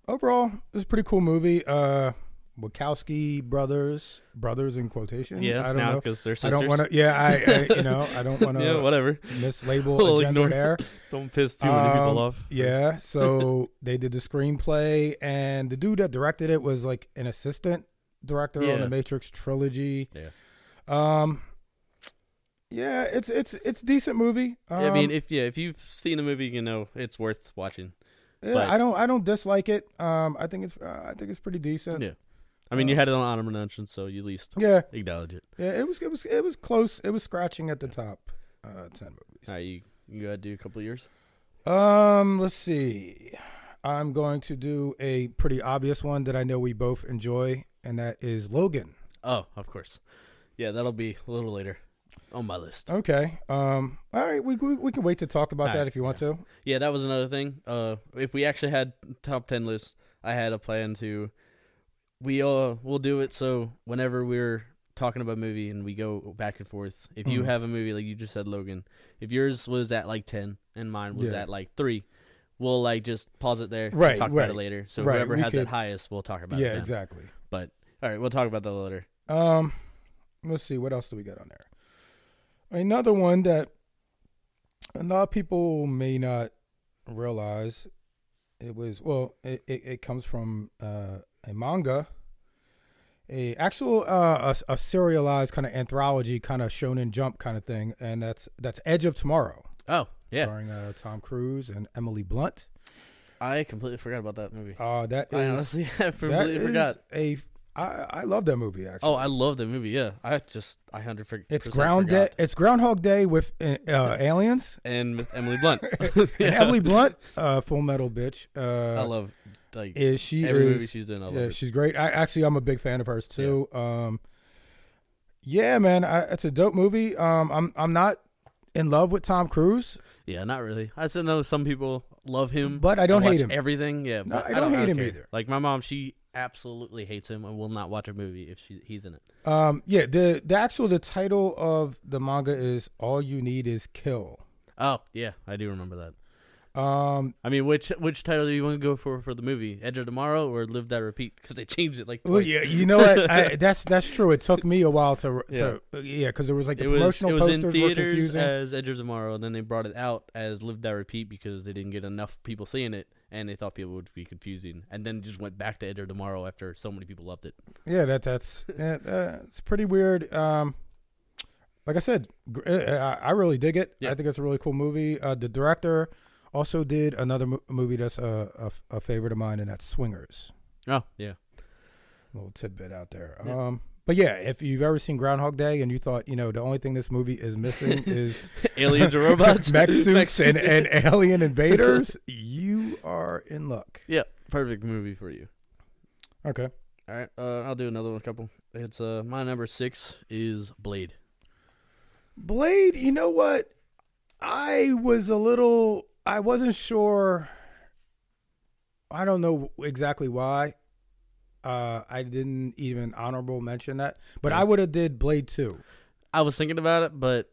Speaker 1: Overall, it's a pretty cool movie. Uh, Wachowski brothers, brothers in quotation.
Speaker 2: Yeah,
Speaker 1: I don't
Speaker 2: now
Speaker 1: know.
Speaker 2: because they're sisters.
Speaker 1: I don't want to. Yeah, I, I. You know, I don't want to
Speaker 2: yeah, whatever.
Speaker 1: mislabel
Speaker 2: We'll
Speaker 1: a gender
Speaker 2: ignore-
Speaker 1: there.
Speaker 2: Don't piss too many
Speaker 1: Um,
Speaker 2: people off.
Speaker 1: Yeah. So they did the screenplay, and the dude that directed it was like an assistant director on
Speaker 2: Yeah.
Speaker 1: the Matrix trilogy.
Speaker 2: Yeah.
Speaker 1: Um. Yeah, it's it's it's a decent movie. Um,
Speaker 2: I mean, if yeah, if you've seen the movie, you know it's worth watching.
Speaker 1: yeah,
Speaker 2: but-
Speaker 1: I don't I don't dislike it. Um, I think it's uh, I think it's pretty decent.
Speaker 2: Yeah. I mean, you
Speaker 1: Uh,
Speaker 2: had it on honorable mention, so you at least
Speaker 1: Yeah.
Speaker 2: acknowledge it.
Speaker 1: Yeah, it was it was it was close. It was scratching at the top uh, ten movies.
Speaker 2: All right, you you gotta do a couple years.
Speaker 1: Um, let's see. I'm going to do a pretty obvious one that I know we both enjoy, and that is Logan.
Speaker 2: Oh, of course. Yeah, that'll be a little later on my list.
Speaker 1: Okay. Um. All right. We we, we can wait to talk about
Speaker 2: All
Speaker 1: that
Speaker 2: right,
Speaker 1: if you want to.
Speaker 2: Yeah, that was another thing. Uh, if we actually had top ten lists, I had a plan to. We uh, we'll do it so whenever we're talking about a movie and we go back and forth. If you
Speaker 1: Mhm.
Speaker 2: have a movie like you just said, Logan, if yours was at like ten and mine was
Speaker 1: Yeah.
Speaker 2: at like three, we'll like just pause it there. and
Speaker 1: Right,
Speaker 2: talk
Speaker 1: right,
Speaker 2: about it later. So
Speaker 1: right,
Speaker 2: whoever
Speaker 1: we
Speaker 2: has
Speaker 1: could-
Speaker 2: it highest, we'll talk about it.
Speaker 1: Yeah.
Speaker 2: then.
Speaker 1: Exactly.
Speaker 2: But all right, we'll talk about that later.
Speaker 1: Um. Let's see. What else do we got on there? Another one that a lot of people may not realize. It was well. It it, it comes from uh, a manga. a actual uh, a s- a, serialized kind of anthology, kind of Shonen Jump kind of thing, and that's that's Edge of Tomorrow,
Speaker 2: Oh yeah,
Speaker 1: starring uh, Tom Cruise and Emily Blunt.
Speaker 2: I completely forgot about that movie.
Speaker 1: Uh, that
Speaker 2: I
Speaker 1: is
Speaker 2: honestly, I
Speaker 1: that
Speaker 2: completely
Speaker 1: is
Speaker 2: forgot.
Speaker 1: a I I love that movie actually.
Speaker 2: Oh, I love that movie. Yeah, I just I hundred for
Speaker 1: it's
Speaker 2: percent
Speaker 1: Ground Day.
Speaker 2: forgot.
Speaker 1: It's Groundhog Day with uh, uh, aliens
Speaker 2: and Miss Emily Blunt.
Speaker 1: and
Speaker 2: Yeah.
Speaker 1: Emily Blunt, uh, Full Metal Bitch. Uh,
Speaker 2: I love like
Speaker 1: is she
Speaker 2: every
Speaker 1: is,
Speaker 2: movie she's in. I love
Speaker 1: yeah,
Speaker 2: her.
Speaker 1: she's great. I actually I'm a big fan of hers too. Um, yeah, man, I, it's a dope movie. Um, I'm I'm not in love with Tom Cruise.
Speaker 2: yeah, not really. I still know some people love him,
Speaker 1: But I don't
Speaker 2: watch
Speaker 1: hate him.
Speaker 2: Everything, yeah.
Speaker 1: No,
Speaker 2: but
Speaker 1: I don't hate him
Speaker 2: care.
Speaker 1: either.
Speaker 2: Like my mom, she absolutely hates him and will not watch a movie if she, he's in it.
Speaker 1: Um, yeah, the the actual the title of the manga is "All You Need Is Kill."
Speaker 2: Oh yeah, I do remember that.
Speaker 1: Um,
Speaker 2: I mean, which which title do you want to go for for the movie? Edge of Tomorrow or Live That Repeat? Because they changed it like
Speaker 1: well,
Speaker 2: twice.
Speaker 1: yeah, you know what? I, that's that's true. It took me a while to to yeah, because there was like the
Speaker 2: it was it
Speaker 1: promotional
Speaker 2: was in
Speaker 1: posters were
Speaker 2: theaters
Speaker 1: confusing.
Speaker 2: as Edge of Tomorrow, and then they brought it out as Live That Repeat because they didn't get enough people seeing it, and they thought people would be confusing, and then just went back to Edge of Tomorrow after so many people loved it.
Speaker 1: yeah, that that's yeah, uh, it's pretty weird. Um, like I said, gr- uh, I I really dig it.
Speaker 2: Yeah.
Speaker 1: I think it's a really cool movie. Uh, the director Also, did another mo- movie that's a, a f- a favorite of mine, and that's Swingers.
Speaker 2: Oh yeah,
Speaker 1: little tidbit out there.
Speaker 2: Yeah.
Speaker 1: Um, but yeah, if you've ever seen Groundhog Day and you thought, you know, the only thing this movie is missing is
Speaker 2: aliens or robots,
Speaker 1: mech suits and,
Speaker 2: Mexicans.
Speaker 1: and alien invaders, you are in luck.
Speaker 2: yeah, perfect movie for you.
Speaker 1: Okay.
Speaker 2: All right, uh, I'll do another one. Couple. It's uh, my number six is Blade.
Speaker 1: Blade, you know what? I was a little I wasn't sure I don't know exactly why. Uh, I didn't even honorable mention that, but I would have did Blade 2.
Speaker 2: I was thinking about it, but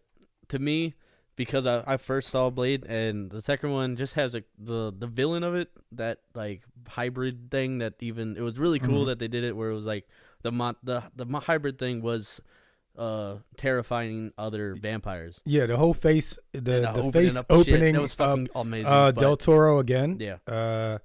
Speaker 2: to me, because I, I first saw Blade and the second one just has a, the the villain of it that like hybrid thing that even it was really cool
Speaker 1: Mm-hmm.
Speaker 2: that they did it where it was like the mon- the the mo- hybrid thing was uh terrifying other vampires.
Speaker 1: Yeah, the whole face the,
Speaker 2: And
Speaker 1: the
Speaker 2: opening
Speaker 1: face
Speaker 2: up shit,
Speaker 1: opening
Speaker 2: that was
Speaker 1: up
Speaker 2: fucking amazing.
Speaker 1: uh,
Speaker 2: but-
Speaker 1: Del Toro again.
Speaker 2: Yeah.
Speaker 1: Uh,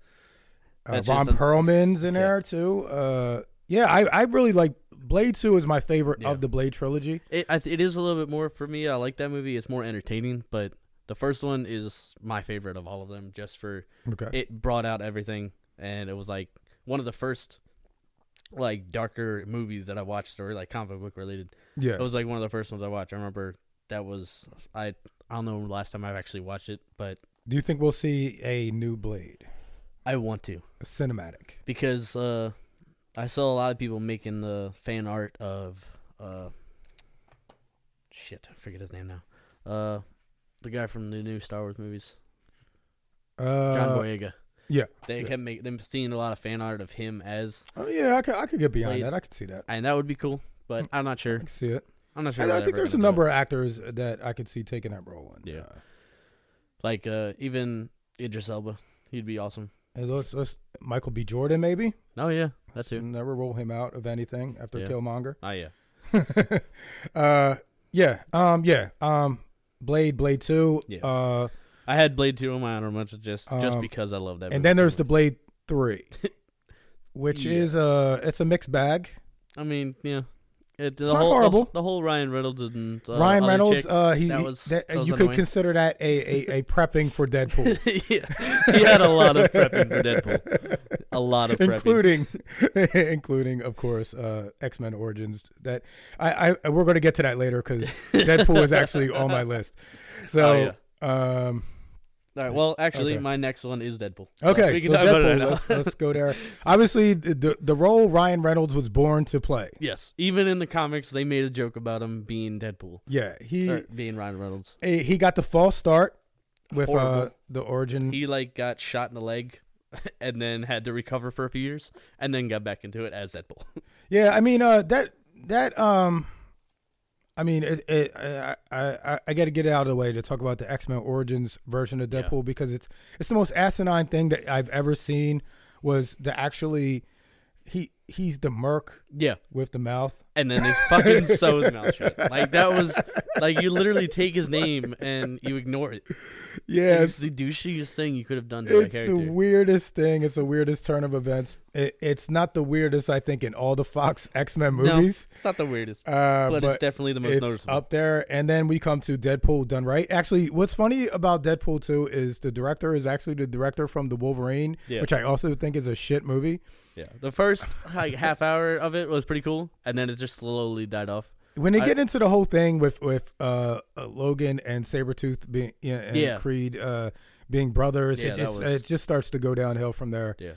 Speaker 1: uh,
Speaker 2: That's
Speaker 1: Ron
Speaker 2: just a-
Speaker 1: Perlman's in there too. Uh, yeah, I, I really like Blade Two is my favorite
Speaker 2: Yeah.
Speaker 1: of the Blade trilogy.
Speaker 2: It I th- it is a little bit more for me. I like that movie. It's more entertaining, but the first one is my favorite of all of them, just for
Speaker 1: Okay.
Speaker 2: it brought out everything, and it was like one of the first like darker movies that I watched or like comic book related.
Speaker 1: yeah.
Speaker 2: It was like one of the first ones I watched. I remember that was I I don't know the last time I've actually watched it, but
Speaker 1: Do you think we'll see a new Blade,
Speaker 2: I want to
Speaker 1: a cinematic?
Speaker 2: because uh, I saw a lot of people making the fan art of uh, shit. I forget his name now. Uh, the guy from the new Star Wars movies,
Speaker 1: Uh,
Speaker 2: John Boyega.
Speaker 1: yeah,
Speaker 2: they
Speaker 1: yeah.
Speaker 2: kept make, them seeing a lot of fan art of him as,
Speaker 1: Oh yeah, I could I could get behind
Speaker 2: Blade.
Speaker 1: that. I could see that.
Speaker 2: and that would be cool. But I'm not
Speaker 1: I
Speaker 2: sure.
Speaker 1: can see it.
Speaker 2: I'm not sure.
Speaker 1: I,
Speaker 2: they're
Speaker 1: I think
Speaker 2: ever
Speaker 1: there's a
Speaker 2: gonna do it.
Speaker 1: number of actors that I could see taking that role in.
Speaker 2: Yeah.
Speaker 1: Uh,
Speaker 2: Like uh, even Idris Elba, he'd be awesome.
Speaker 1: and let's, let's Michael B. Jordan maybe.
Speaker 2: Oh yeah, that's it.
Speaker 1: Never rule him out of anything after
Speaker 2: Yeah.
Speaker 1: Killmonger.
Speaker 2: Oh yeah,
Speaker 1: uh, yeah, um, yeah, um, Blade, Blade Two,
Speaker 2: Yeah.
Speaker 1: uh,
Speaker 2: I had Blade Two on my honor much just just
Speaker 1: Um,
Speaker 2: because I love that.
Speaker 1: and
Speaker 2: movie
Speaker 1: then
Speaker 2: so
Speaker 1: there's the
Speaker 2: much.
Speaker 1: Blade Three, which
Speaker 2: Yeah.
Speaker 1: is a it's a mixed bag.
Speaker 2: I mean, yeah. It, the
Speaker 1: not
Speaker 2: whole,
Speaker 1: horrible.
Speaker 2: The, the whole Ryan Reynolds and uh,
Speaker 1: Ryan
Speaker 2: other
Speaker 1: Reynolds,
Speaker 2: chick-
Speaker 1: uh, he
Speaker 2: that was-
Speaker 1: that-
Speaker 2: that was
Speaker 1: you could
Speaker 2: annoying.
Speaker 1: consider that a a, a prepping for Deadpool,
Speaker 2: yeah, he had a lot of prepping for Deadpool. A lot of prepping.
Speaker 1: including including of course uh, X Men Origins. That I, I we're going to get to that later because Deadpool is actually on my list. So. Um.
Speaker 2: Oh, All right. Well, actually,
Speaker 1: Okay.
Speaker 2: my next one is Deadpool. So
Speaker 1: Okay. So
Speaker 2: talk about it
Speaker 1: Deadpool.
Speaker 2: now.
Speaker 1: Let's, let's go there. Obviously, the, the the role Ryan Reynolds was born to play.
Speaker 2: yes. Even in the comics, they made a joke about him being Deadpool,
Speaker 1: Yeah, he
Speaker 2: or being Ryan Reynolds.
Speaker 1: eh, he got the false start with uh,
Speaker 2: Horrible.
Speaker 1: the origin.
Speaker 2: He like got shot in the leg, and then had to recover for a few years, and then got back into it as Deadpool.
Speaker 1: yeah, I mean uh, that that um, I mean it, it, I I I, I got to get it out of the way to talk about the X Men Origins version of
Speaker 2: Yeah.
Speaker 1: Deadpool because it's it's the most asinine thing that I've ever seen. Was the actually he he's the merc
Speaker 2: yeah.
Speaker 1: with the mouth.
Speaker 2: and then they fucking sew his mouth shut. Like that was like you literally take his name and you ignore it. It's
Speaker 1: Yes.
Speaker 2: the douchiest thing you could have done to that
Speaker 1: It's the
Speaker 2: character.
Speaker 1: weirdest thing. It's the weirdest turn of events. It, it's not the weirdest, I think, in all the Fox X Men movies.
Speaker 2: No, it's not the weirdest,
Speaker 1: Uh,
Speaker 2: but, it's definitely the most
Speaker 1: it's uh,
Speaker 2: noticeable.
Speaker 1: up there and then we come to deadpool done right actually what's funny about deadpool 2 is the director is actually the director from the wolverine
Speaker 2: Yeah.
Speaker 1: which i also think is a shit movie
Speaker 2: yeah, the first like half hour of it was pretty cool, and then it just slowly died off.
Speaker 1: when they
Speaker 2: I-
Speaker 1: get into the whole thing with with uh, uh, logan and sabretooth being yeah, and
Speaker 2: Yeah.
Speaker 1: creed uh, being brothers
Speaker 2: Yeah,
Speaker 1: it,
Speaker 2: that
Speaker 1: it's,
Speaker 2: was-
Speaker 1: it just starts to go downhill from there
Speaker 2: Yeah,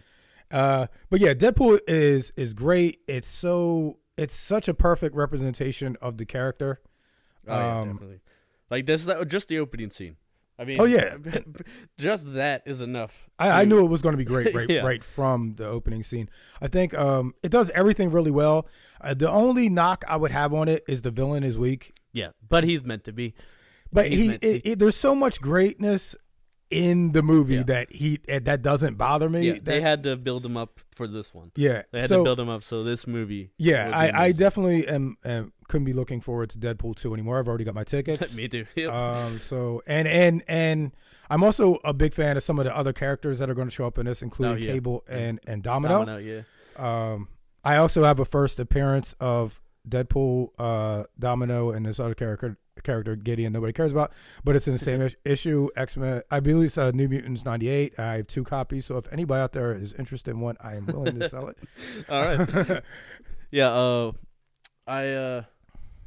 Speaker 1: Uh, but yeah, Deadpool is is great. It's so it's such a perfect representation of the character.
Speaker 2: oh, yeah,
Speaker 1: Um,
Speaker 2: definitely. Like this, that just the opening scene. I mean,
Speaker 1: Oh, yeah.
Speaker 2: just that is enough.
Speaker 1: I, I
Speaker 2: to-
Speaker 1: knew it was going to be great right,
Speaker 2: Yeah.
Speaker 1: right from the opening scene. I think um, it does everything really well. Uh, the only knock I would have on it is the villain is weak,
Speaker 2: Yeah, but he's meant to be.
Speaker 1: but
Speaker 2: He's
Speaker 1: he
Speaker 2: meant to
Speaker 1: it, it, there's so much greatness in the movie
Speaker 2: Yeah.
Speaker 1: that he eh, that doesn't bother me.
Speaker 2: Yeah, they
Speaker 1: That-
Speaker 2: had to build him up for this one.
Speaker 1: yeah.
Speaker 2: They had
Speaker 1: so
Speaker 2: to build him up so this movie. would
Speaker 1: yeah,
Speaker 2: be
Speaker 1: I, I
Speaker 2: amazing.
Speaker 1: definitely am, am couldn't be looking forward to Deadpool two anymore. I've already got my tickets.
Speaker 2: Me too. Yep.
Speaker 1: Um, so and and and I'm also a big fan of some of the other characters that are going to show up in this, including
Speaker 2: Oh, yeah.
Speaker 1: Cable and and Domino.
Speaker 2: Domino, yeah.
Speaker 1: Um, I also have a first appearance of Deadpool, uh, Domino, and this other character character Gideon nobody cares about, but it's in the same is- issue. X Men, I believe it's uh, New Mutants ninety eight. I have two copies, so if anybody out there is interested in one, I am willing to sell it.
Speaker 2: All right. yeah. Uh, I uh,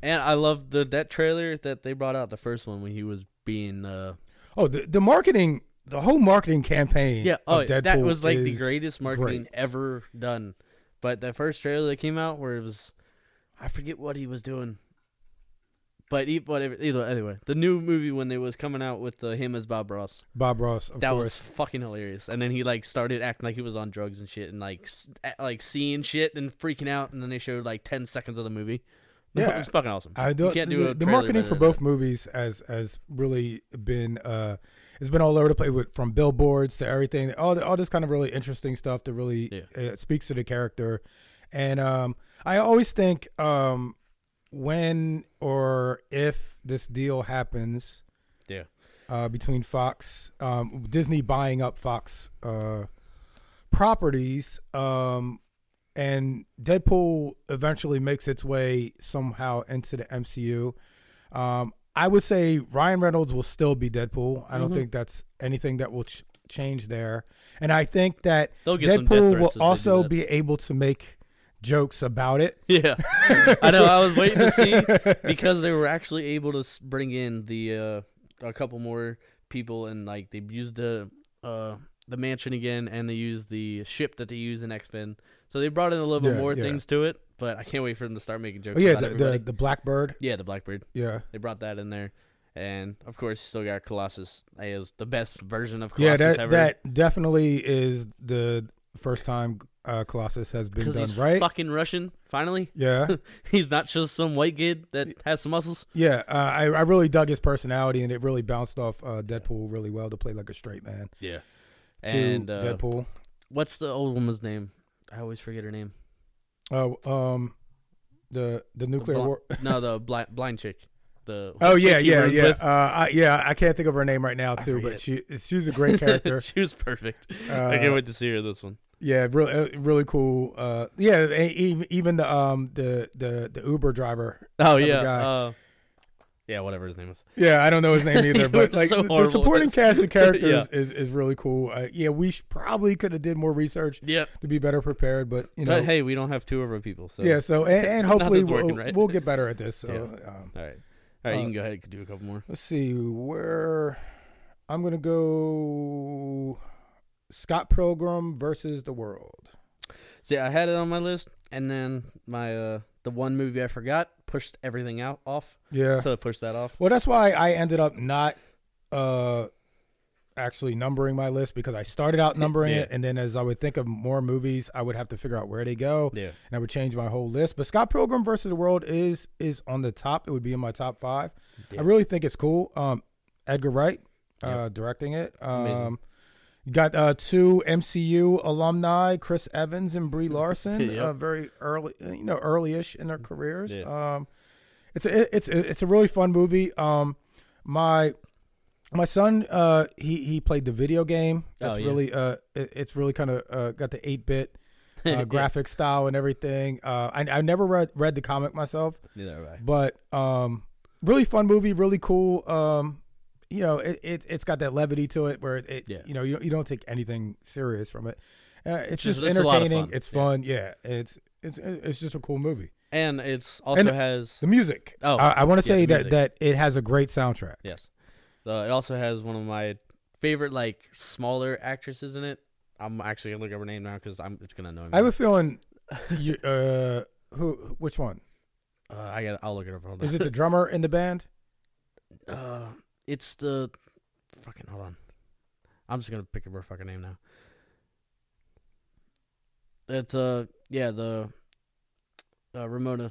Speaker 2: and I love the that trailer that they brought out the first one when he was being uh.
Speaker 1: Oh, the, the marketing, the whole marketing campaign.
Speaker 2: Yeah. Oh,
Speaker 1: of uh, Deadpool
Speaker 2: that was like the
Speaker 1: is
Speaker 2: greatest marketing ever done. But the first trailer that came out where it was, I forget what he was doing. But e- whatever. Either anyway, the new movie when they was coming out with uh, him as Bob Ross.
Speaker 1: Bob Ross, of
Speaker 2: that was
Speaker 1: course.
Speaker 2: fucking hilarious. And then he like started acting like he was on drugs and shit, and like s- a- like seeing shit and freaking out. And then they showed like ten seconds of the movie.
Speaker 1: Yeah.
Speaker 2: it's fucking awesome.
Speaker 1: I do,
Speaker 2: You can't do
Speaker 1: the,
Speaker 2: a
Speaker 1: the
Speaker 2: trailer
Speaker 1: marketing
Speaker 2: better
Speaker 1: for
Speaker 2: than
Speaker 1: both movies has has really been uh it's been all over the place with from billboards to everything all all this kind of really interesting stuff that really uh, speaks to the character and um I always think um when or if this deal happens
Speaker 2: that. Yeah,
Speaker 1: uh, between Fox, um, Disney buying up Fox uh, properties, um, and Deadpool eventually makes its way somehow into the MCU. Um, I would say Ryan Reynolds will still be Deadpool. I don't
Speaker 2: Mm-hmm.
Speaker 1: think that's anything that will ch- change there. And I think that
Speaker 2: They'll get some death threats
Speaker 1: Deadpool
Speaker 2: if
Speaker 1: will
Speaker 2: they do
Speaker 1: also
Speaker 2: that.
Speaker 1: be able to make jokes about it.
Speaker 2: yeah. I know. I was waiting to see because they were actually able to s- bring in the uh, a couple more people, and like they used the uh, the mansion again, and they used the ship that they used in X Men. So they brought in a little bit
Speaker 1: Yeah,
Speaker 2: more
Speaker 1: yeah.
Speaker 2: things to it. But I can't wait for them to start making jokes.
Speaker 1: Oh yeah,
Speaker 2: about
Speaker 1: the, the
Speaker 2: everybody.
Speaker 1: the Blackbird.
Speaker 2: yeah, the Blackbird.
Speaker 1: Yeah.
Speaker 2: They brought that in there, and of course, you still got Colossus as the best version of
Speaker 1: yeah,
Speaker 2: Colossus
Speaker 1: that
Speaker 2: ever.
Speaker 1: that definitely is the first time uh, Colossus has been
Speaker 2: because
Speaker 1: done
Speaker 2: he's
Speaker 1: right.
Speaker 2: fucking Russian. Finally,
Speaker 1: yeah,
Speaker 2: he's not just some white kid that has some muscles.
Speaker 1: yeah. Uh, I I really dug his personality, and it really bounced off uh, Deadpool really well to play like a straight man
Speaker 2: Yeah.
Speaker 1: to
Speaker 2: And uh,
Speaker 1: Deadpool.
Speaker 2: what's the old woman's name? I always forget her name.
Speaker 1: Uh, um, the the nuclear
Speaker 2: Bl-
Speaker 1: war.
Speaker 2: no, the blind blind chick. The
Speaker 1: Oh yeah,
Speaker 2: chick he
Speaker 1: yeah,
Speaker 2: runs
Speaker 1: yeah.
Speaker 2: with.
Speaker 1: Uh, I, yeah, I can't think of her name right now
Speaker 2: I
Speaker 1: too,
Speaker 2: forget.
Speaker 1: but she she's a great character.
Speaker 2: she was perfect. I can't
Speaker 1: Uh,
Speaker 2: wait to see her in this one.
Speaker 1: yeah, really, uh, really cool. Uh, yeah, e- e- even the um the the the Uber driver.
Speaker 2: Oh
Speaker 1: type of
Speaker 2: yeah,
Speaker 1: guy.
Speaker 2: uh, yeah, whatever his name is.
Speaker 1: Yeah, I don't know his name
Speaker 2: He
Speaker 1: either, but
Speaker 2: was
Speaker 1: like
Speaker 2: so
Speaker 1: the-
Speaker 2: horrible
Speaker 1: the
Speaker 2: at
Speaker 1: supporting
Speaker 2: this.
Speaker 1: cast of characters
Speaker 2: Yeah.
Speaker 1: is, is really cool. Uh, yeah, we sh- probably could have did more research
Speaker 2: Yep.
Speaker 1: to be better prepared, but you know,
Speaker 2: But hey, we don't have two of our people. So
Speaker 1: yeah. So and, and
Speaker 2: Nothing's
Speaker 1: hopefully
Speaker 2: working
Speaker 1: we'll,
Speaker 2: right.
Speaker 1: we'll get better at this. So um,
Speaker 2: All right, all right.
Speaker 1: Uh,
Speaker 2: you can go ahead and do a couple more.
Speaker 1: let's see where I'm gonna go. Scott Pilgrim versus the World.
Speaker 2: See, I had it on my list, and then my uh, the one movie I forgot pushed everything out off,
Speaker 1: Yeah.
Speaker 2: so I pushed that off.
Speaker 1: Well, that's why I ended up not uh, actually numbering my list because I started out numbering
Speaker 2: Yeah.
Speaker 1: it, and then as I would think of more movies, I would have to figure out where they go,
Speaker 2: Yeah.
Speaker 1: and I would change my whole list. But Scott Pilgrim versus the World is is on the top. It would be in my top five.
Speaker 2: Yeah.
Speaker 1: I really think it's cool. Um, Edgar Wright uh, directing it. Um, you got uh, two MCU alumni, Chris Evans and Brie Larson,
Speaker 2: Yep.
Speaker 1: uh, very early, you know, early-ish in their careers.
Speaker 2: Yeah.
Speaker 1: Um, it's a, it's a, it's a really fun movie. Um, my my son, uh, he he played the video game. That's
Speaker 2: Oh, yeah.
Speaker 1: really uh, it- it's really kind of uh, got the eight bit. Uh, graphic style and everything. Uh, I, I never read read the comic myself,
Speaker 2: Neither have I.
Speaker 1: but um, really fun movie, really cool. Um, you know, it, it it's got that levity to it where it, it-
Speaker 2: Yeah.
Speaker 1: you know you don't, you don't take anything serious from it. Uh, it's
Speaker 2: Just-
Speaker 1: just
Speaker 2: it's a lot of
Speaker 1: entertaining.
Speaker 2: fun.
Speaker 1: It's
Speaker 2: Yeah.
Speaker 1: fun. Yeah. it's it's it's just a cool movie.
Speaker 2: And it's also
Speaker 1: And-
Speaker 2: has
Speaker 1: The music.
Speaker 2: Oh,
Speaker 1: I, I want to
Speaker 2: yeah,
Speaker 1: say
Speaker 2: the
Speaker 1: that
Speaker 2: music.
Speaker 1: that it has a great soundtrack.
Speaker 2: yes, uh, it also has one of my favorite like smaller actresses in it. I'm actually gonna look up her name now because I'm it's gonna annoy me.
Speaker 1: I have a feeling. you, uh, who? Which one?
Speaker 2: uh, I got. I'll look it up. Hold on.
Speaker 1: Is it the drummer in the band?
Speaker 2: uh, it's the fucking hold on. I'm just gonna pick up her fucking name now. It's uh yeah the uh, Ramona,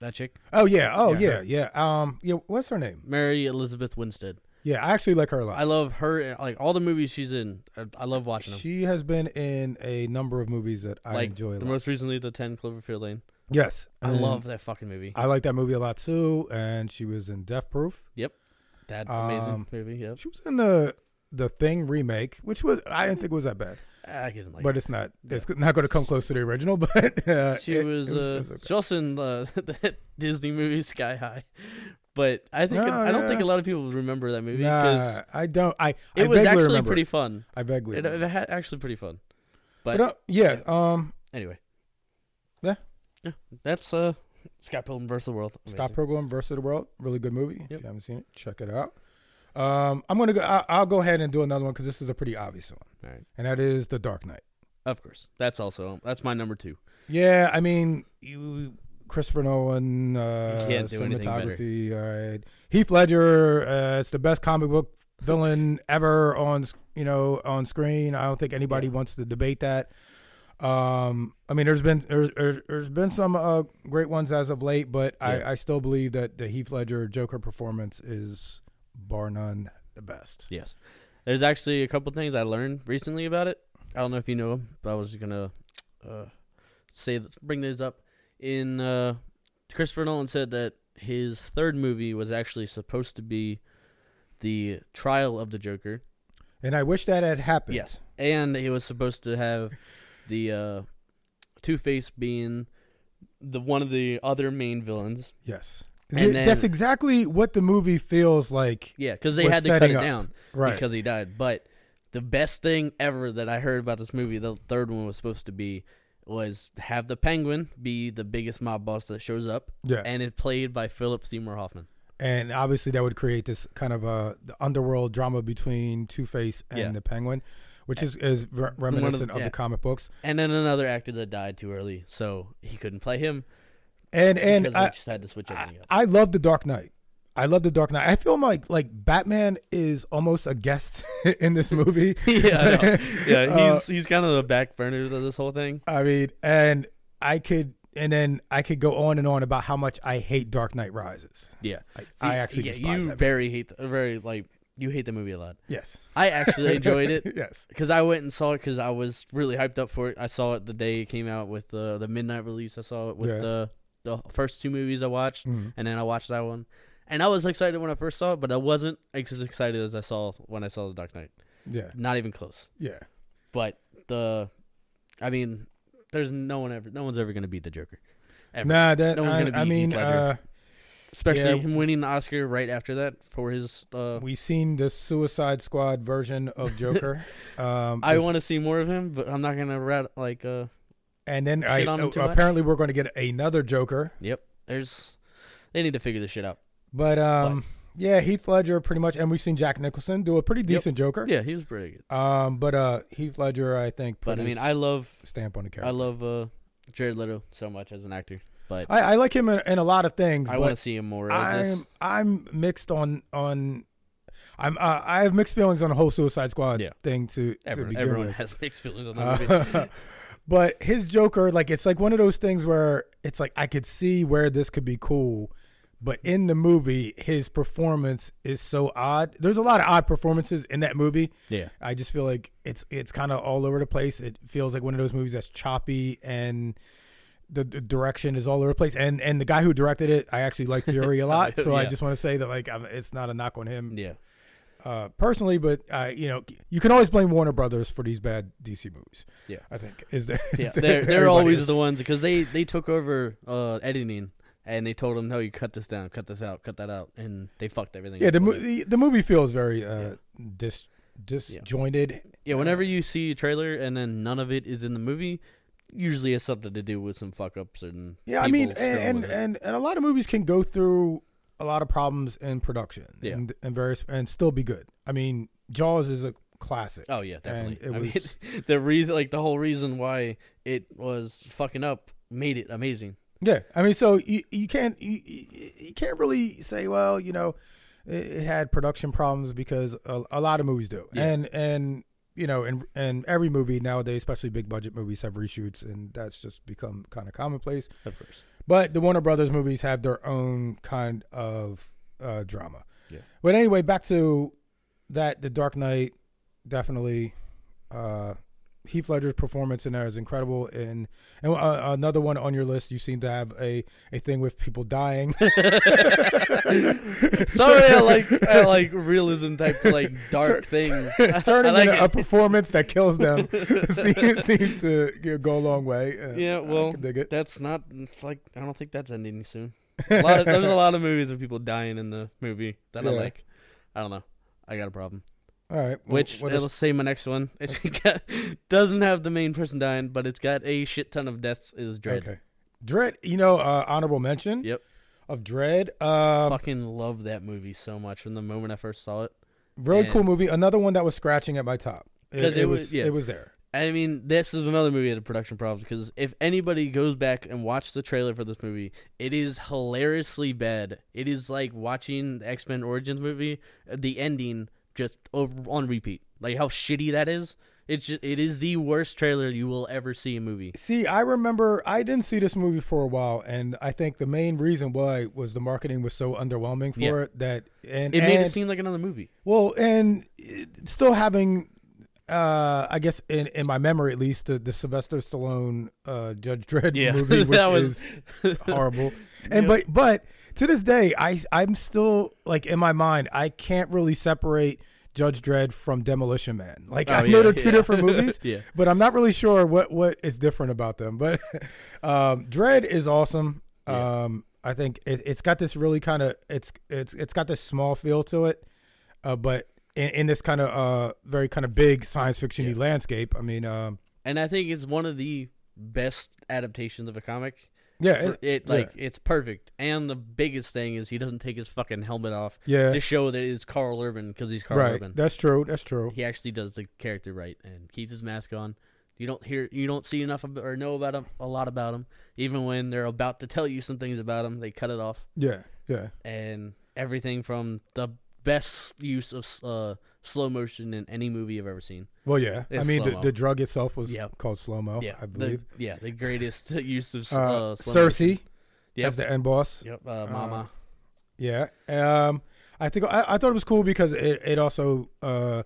Speaker 2: that chick
Speaker 1: Oh yeah. Oh
Speaker 2: Yeah,
Speaker 1: yeah. Yeah. Um. Yeah. What's her name?
Speaker 2: Mary Elizabeth Winstead.
Speaker 1: Yeah. I actually like her a
Speaker 2: I
Speaker 1: lot.
Speaker 2: love her like all the movies she's in. I, I love watching them.
Speaker 1: She has been in a number of movies that I
Speaker 2: like
Speaker 1: enjoy. A
Speaker 2: the
Speaker 1: lot.
Speaker 2: most recently the Ten Cloverfield Lane.
Speaker 1: Yes,
Speaker 2: I
Speaker 1: and
Speaker 2: love that fucking movie.
Speaker 1: I like that movie a lot too, and she was in Death Proof.
Speaker 2: that amazing
Speaker 1: um,
Speaker 2: movie. Yep.
Speaker 1: She was in the the Thing remake, which was I didn't think was that bad.
Speaker 2: Uh, I didn't like.
Speaker 1: but it's not. It's not going to come close to the original. But uh,
Speaker 2: she
Speaker 1: it-
Speaker 2: was,
Speaker 1: it
Speaker 2: uh,
Speaker 1: it was okay.
Speaker 2: she also in the, the Disney movie Sky High, but I think
Speaker 1: Nah,
Speaker 2: I don't
Speaker 1: yeah.
Speaker 2: think a lot of people remember that movie because
Speaker 1: Nah, I don't. I
Speaker 2: it
Speaker 1: I
Speaker 2: was
Speaker 1: vaguely
Speaker 2: actually
Speaker 1: remember
Speaker 2: pretty
Speaker 1: It.
Speaker 2: fun.
Speaker 1: I vaguely.
Speaker 2: It,
Speaker 1: remember.
Speaker 2: it had actually pretty fun.
Speaker 1: But,
Speaker 2: But
Speaker 1: uh, yeah, um,
Speaker 2: anyway,
Speaker 1: Yeah.
Speaker 2: yeah, that's uh Scott Pilgrim versus the World.
Speaker 1: Scott Pilgrim versus the World, really good movie.
Speaker 2: Yep.
Speaker 1: If you haven't seen it, check it out. Um, I'm gonna go. I, I'll go ahead and do another one because this is a pretty obvious one,
Speaker 2: All right,
Speaker 1: and that is The Dark Knight.
Speaker 2: of course. That's also that's my number two.
Speaker 1: Yeah, I mean, you, Christopher Nolan, uh,
Speaker 2: You can't do anything better.
Speaker 1: cinematography. All right, Heath Ledger. Uh, it's the best comic book villain ever on s- you know on screen. I don't think anybody wants to debate that. Um, I mean, there's been there's there's, there's been some uh, great ones as of late, but
Speaker 2: Yeah.
Speaker 1: I, I still believe that the Heath Ledger Joker performance is bar none the best.
Speaker 2: Yes, there's actually a couple things I learned recently about it. I don't know if you know them, but I was gonna uh, say this, bring these up. In uh, Christopher Nolan said that his third movie was actually supposed to be the trial of the Joker,
Speaker 1: And I wish that had happened.
Speaker 2: Yes, and it was supposed to have the uh, Two Face being the one of the other main villains.
Speaker 1: Yes.
Speaker 2: And
Speaker 1: Th-
Speaker 2: then-
Speaker 1: That's exactly what the movie feels like.
Speaker 2: Yeah, because they
Speaker 1: Was
Speaker 2: had to cut
Speaker 1: setting
Speaker 2: it
Speaker 1: up,
Speaker 2: down
Speaker 1: Right.
Speaker 2: because he died. But the best thing ever that I heard about this movie, the third one was supposed to be, was have the Penguin be the biggest mob boss that shows up,
Speaker 1: yeah.
Speaker 2: and it's played by Philip Seymour Hoffman.
Speaker 1: and obviously that would create this kind of uh, the underworld drama between Two Face and
Speaker 2: Yeah.
Speaker 1: the Penguin, which is is re- reminiscent of,
Speaker 2: yeah.
Speaker 1: the comic books.
Speaker 2: And then another actor that died too early, so he couldn't play him.
Speaker 1: And and
Speaker 2: because they
Speaker 1: I,
Speaker 2: just had to switch
Speaker 1: I,
Speaker 2: everything up.
Speaker 1: I love the Dark Knight. I love the Dark Knight. I feel like like Batman is almost a guest in this movie.
Speaker 2: yeah, I know. yeah,
Speaker 1: Uh,
Speaker 2: he's he's kind of the back burner of this whole thing.
Speaker 1: I mean, and I could and then I could go on and on about how much I hate Dark Knight Rises.
Speaker 2: Yeah,
Speaker 1: I, I actually
Speaker 2: yeah,
Speaker 1: despise
Speaker 2: you
Speaker 1: that.
Speaker 2: very hate the, very like you hate the movie a lot.
Speaker 1: Yes,
Speaker 2: I actually enjoyed it
Speaker 1: yes,
Speaker 2: because I went and saw it because I was really hyped up for it. I saw it the day it came out with uh, the midnight release. I saw it with
Speaker 1: Yeah.
Speaker 2: the the first two movies I watched,
Speaker 1: Mhm.
Speaker 2: and then I watched that one. And I was excited when I first saw it, but I wasn't ex- as excited as I saw when I saw The Dark Knight.
Speaker 1: yeah,
Speaker 2: Not even close.
Speaker 1: yeah.
Speaker 2: But the, I mean, there's no one ever, no one's ever gonna beat the Joker, ever.
Speaker 1: Nah, that
Speaker 2: No one's
Speaker 1: I,
Speaker 2: gonna
Speaker 1: I
Speaker 2: beat
Speaker 1: mean.
Speaker 2: Heath Ledger.
Speaker 1: Uh,
Speaker 2: especially
Speaker 1: yeah.
Speaker 2: him winning the Oscar right after that for his uh,
Speaker 1: we seen the Suicide Squad version of Joker. um,
Speaker 2: I want to see more of him, but I'm not gonna rat like uh.
Speaker 1: and then
Speaker 2: shit
Speaker 1: I,
Speaker 2: on him too much.
Speaker 1: apparently we're going to get another Joker.
Speaker 2: Yep, there's they need to figure this shit out.
Speaker 1: But um, yeah, Heath Ledger pretty much, and we've seen Jack Nicholson do a pretty decent Joker.
Speaker 2: Yeah, he was pretty good,
Speaker 1: Um, but uh, Heath Ledger, I think, put
Speaker 2: but I mean,
Speaker 1: his
Speaker 2: I love
Speaker 1: stamp on the character.
Speaker 2: I love uh Jared Leto so much as an actor, but I,
Speaker 1: I, I like him in, in a lot of things,
Speaker 2: want to
Speaker 1: but
Speaker 2: see him more as this.
Speaker 1: I'm I'm mixed on on. I'm uh, I have mixed feelings on the whole Suicide Squad
Speaker 2: Yeah.
Speaker 1: thing to to
Speaker 2: Everyone,
Speaker 1: begin
Speaker 2: everyone
Speaker 1: with.
Speaker 2: has mixed feelings on that movie.
Speaker 1: Uh, but his Joker, like, it's like one of those things where it's like I could see where this could be cool, but in the movie, his performance is so odd. There's a lot of odd performances in that movie.
Speaker 2: Yeah,
Speaker 1: I just feel like it's it's kind of all over the place. It feels like one of those movies that's choppy and the, the direction is all over the place. And and the guy who directed it, I actually like Fury a lot, so I
Speaker 2: Yeah.
Speaker 1: just want to say that like I'm, it's not a knock on him
Speaker 2: yeah,
Speaker 1: uh, personally, but uh, you know, you can always blame Warner Brothers for these bad DC movies.
Speaker 2: Yeah.
Speaker 1: I think is the
Speaker 2: yeah.
Speaker 1: is the-
Speaker 2: They're they're
Speaker 1: everybody
Speaker 2: always
Speaker 1: is.
Speaker 2: the ones because they they took over uh editing and they told him, no, you cut this down, cut this out, cut that out, and they fucked everything.
Speaker 1: Yeah,
Speaker 2: up
Speaker 1: the,
Speaker 2: with
Speaker 1: mo-
Speaker 2: it.
Speaker 1: the the movie feels very uh, dis disjointed.
Speaker 2: Yeah, whenever you see a trailer and then none of it is in the movie, usually it's something to do with some fuck ups and
Speaker 1: Yeah, I
Speaker 2: people
Speaker 1: mean,
Speaker 2: screwing
Speaker 1: and and,
Speaker 2: with it.
Speaker 1: and and a lot of movies can go through a lot of problems in production
Speaker 2: Yeah.
Speaker 1: and and various and still be good. I mean, Jaws is a classic.
Speaker 2: oh yeah,
Speaker 1: and
Speaker 2: definitely.
Speaker 1: it
Speaker 2: I
Speaker 1: was
Speaker 2: mean, the reason, like the whole reason why it was fucking up, made it amazing.
Speaker 1: yeah. I mean, so you you can't you, you you can't really say well, you know, it, it had production problems because a, a lot of movies do,
Speaker 2: Yeah.
Speaker 1: and and you know, and and every movie nowadays, especially big budget movies, have reshoots, and that's just become kind of commonplace.
Speaker 2: Of course.
Speaker 1: But the Warner Brothers movies have their own kind of uh, drama.
Speaker 2: Yeah.
Speaker 1: But anyway, back to that. The Dark Knight, definitely. Uh, Heath Ledger's performance in there is incredible. And and uh, another one on your list, you seem to have a, a thing with people dying.
Speaker 2: Sorry, I like I like realism type like dark things. I
Speaker 1: Turning
Speaker 2: like
Speaker 1: into a
Speaker 2: it.
Speaker 1: performance that kills them seems, seems to you know, go a long way. Uh,
Speaker 2: Yeah,
Speaker 1: I
Speaker 2: well,
Speaker 1: can dig it.
Speaker 2: That's not like I don't think that's ending soon. A lot of, there's a lot of movies with people dying in the movie that I
Speaker 1: Yeah.
Speaker 2: like. I don't know. I got a problem.
Speaker 1: All right, well,
Speaker 2: Which
Speaker 1: what
Speaker 2: it'll
Speaker 1: else-
Speaker 2: say my next one. It's got, doesn't have the main person dying, but it's got a shit ton of deaths. Is dread.
Speaker 1: Okay, Dread. You know, uh, honorable mention.
Speaker 2: Yep.
Speaker 1: Of Dread. Um,
Speaker 2: Fucking love that movie so much from the moment I first saw it.
Speaker 1: really
Speaker 2: yeah.
Speaker 1: cool movie. Another one that was scratching at my top.
Speaker 2: 'Cause
Speaker 1: It,
Speaker 2: it
Speaker 1: it was.
Speaker 2: was- yeah.
Speaker 1: It was there.
Speaker 2: I mean, this is another movie that had production problems because if anybody goes back and watches the trailer for this movie, it is hilariously bad. It is like watching the X Men Origins movie, uh, the ending just over, on repeat. Like how shitty that is. It's just, it is the worst trailer you will ever see in a movie.
Speaker 1: See, I remember I didn't see this movie for a while, and I think the main reason why was the marketing was so underwhelming for
Speaker 2: Yeah.
Speaker 1: it that and
Speaker 2: It made
Speaker 1: and-
Speaker 2: it seem like another movie.
Speaker 1: Well, and it- still having, uh, I guess in, in my memory at least, the, the Sylvester Stallone uh, Judge Dredd
Speaker 2: Yeah,
Speaker 1: movie, which
Speaker 2: that
Speaker 1: is horrible. And but but to this day, I I'm still like in my mind, I can't really separate Judge Dredd from Demolition Man. Like
Speaker 2: Oh,
Speaker 1: I know
Speaker 2: yeah,
Speaker 1: they're two
Speaker 2: yeah.
Speaker 1: different movies,
Speaker 2: Yeah.
Speaker 1: but I'm not really sure what what is different about them. But um, Dread is awesome.
Speaker 2: Yeah.
Speaker 1: Um, I think it, it's got this really kind of it's it's it's got this small feel to it, uh, but in, in this kind of uh, very kind of big science fiction y
Speaker 2: Yeah.
Speaker 1: landscape. I mean, um,
Speaker 2: And I think it's one of the best adaptations of a comic.
Speaker 1: Uh, yeah,
Speaker 2: For
Speaker 1: it-
Speaker 2: it like it's perfect. And the biggest thing is he doesn't take his fucking helmet off
Speaker 1: yeah,
Speaker 2: to show that it's Carl Urban because he's Carl
Speaker 1: right.
Speaker 2: Urban.
Speaker 1: That's true. That's true.
Speaker 2: he actually does the character right and keeps his mask on. You don't hear, you don't see enough ab- or know about him a lot about him. Even when they're about to tell you some things about him, they cut it off.
Speaker 1: Yeah, yeah,
Speaker 2: And everything from the best use of s- uh, slow motion in any movie I've ever seen.
Speaker 1: Well, yeah. I
Speaker 2: It's
Speaker 1: mean, the,
Speaker 2: slow-mo.
Speaker 1: the drug itself was
Speaker 2: Yeah.
Speaker 1: called slow mo.
Speaker 2: yeah,
Speaker 1: Oh, I believe.
Speaker 2: The, yeah, the greatest use of s-
Speaker 1: Uh,
Speaker 2: uh, slow
Speaker 1: Cersei
Speaker 2: Yep.
Speaker 1: as the end boss.
Speaker 2: motion. Yep, uh, Mama.
Speaker 1: Yeah. Um, I think I, I thought it was cool because it, it also uh,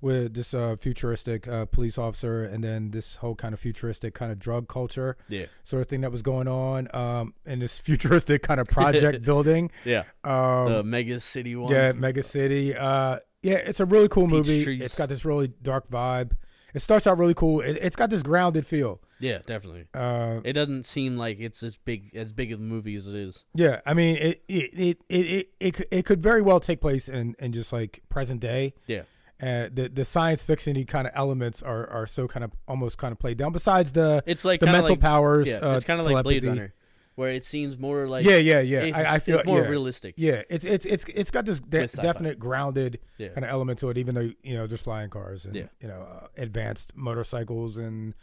Speaker 1: with this uh, futuristic uh, police officer and then this whole kind of futuristic kind of drug culture
Speaker 2: yeah,
Speaker 1: sort of thing that was going on um, and this futuristic kind of project building.
Speaker 2: yeah.
Speaker 1: Um,
Speaker 2: the Mega City one.
Speaker 1: yeah, Mega City. Uh, yeah, it's a really cool movie.
Speaker 2: trees.
Speaker 1: It's got this really dark vibe. It starts out really cool. It, it's got this grounded feel.
Speaker 2: yeah, definitely.
Speaker 1: Uh,
Speaker 2: It doesn't seem like it's as big as big of a movie as it is.
Speaker 1: Yeah, I mean, it it it it it, it, could- it could very well take place in, in just like present day.
Speaker 2: Yeah.
Speaker 1: Uh, the the science fiction kind of elements are, are so kind of almost kind of played down. Besides the
Speaker 2: It's like
Speaker 1: the
Speaker 2: kinda
Speaker 1: mental
Speaker 2: like,
Speaker 1: powers,
Speaker 2: Yeah,
Speaker 1: uh,
Speaker 2: it's kind of like Blade
Speaker 1: telepathy.
Speaker 2: Runner, where it seems more like
Speaker 1: yeah, yeah, yeah.
Speaker 2: It's,
Speaker 1: I, I feel
Speaker 2: it's more
Speaker 1: yeah.
Speaker 2: realistic.
Speaker 1: Yeah, it's it's it's it's got this de-
Speaker 2: With sci-fi.
Speaker 1: definite grounded
Speaker 2: Yeah.
Speaker 1: kind of element to it, even though you know just flying cars and
Speaker 2: Yeah.
Speaker 1: you know uh, advanced motorcycles and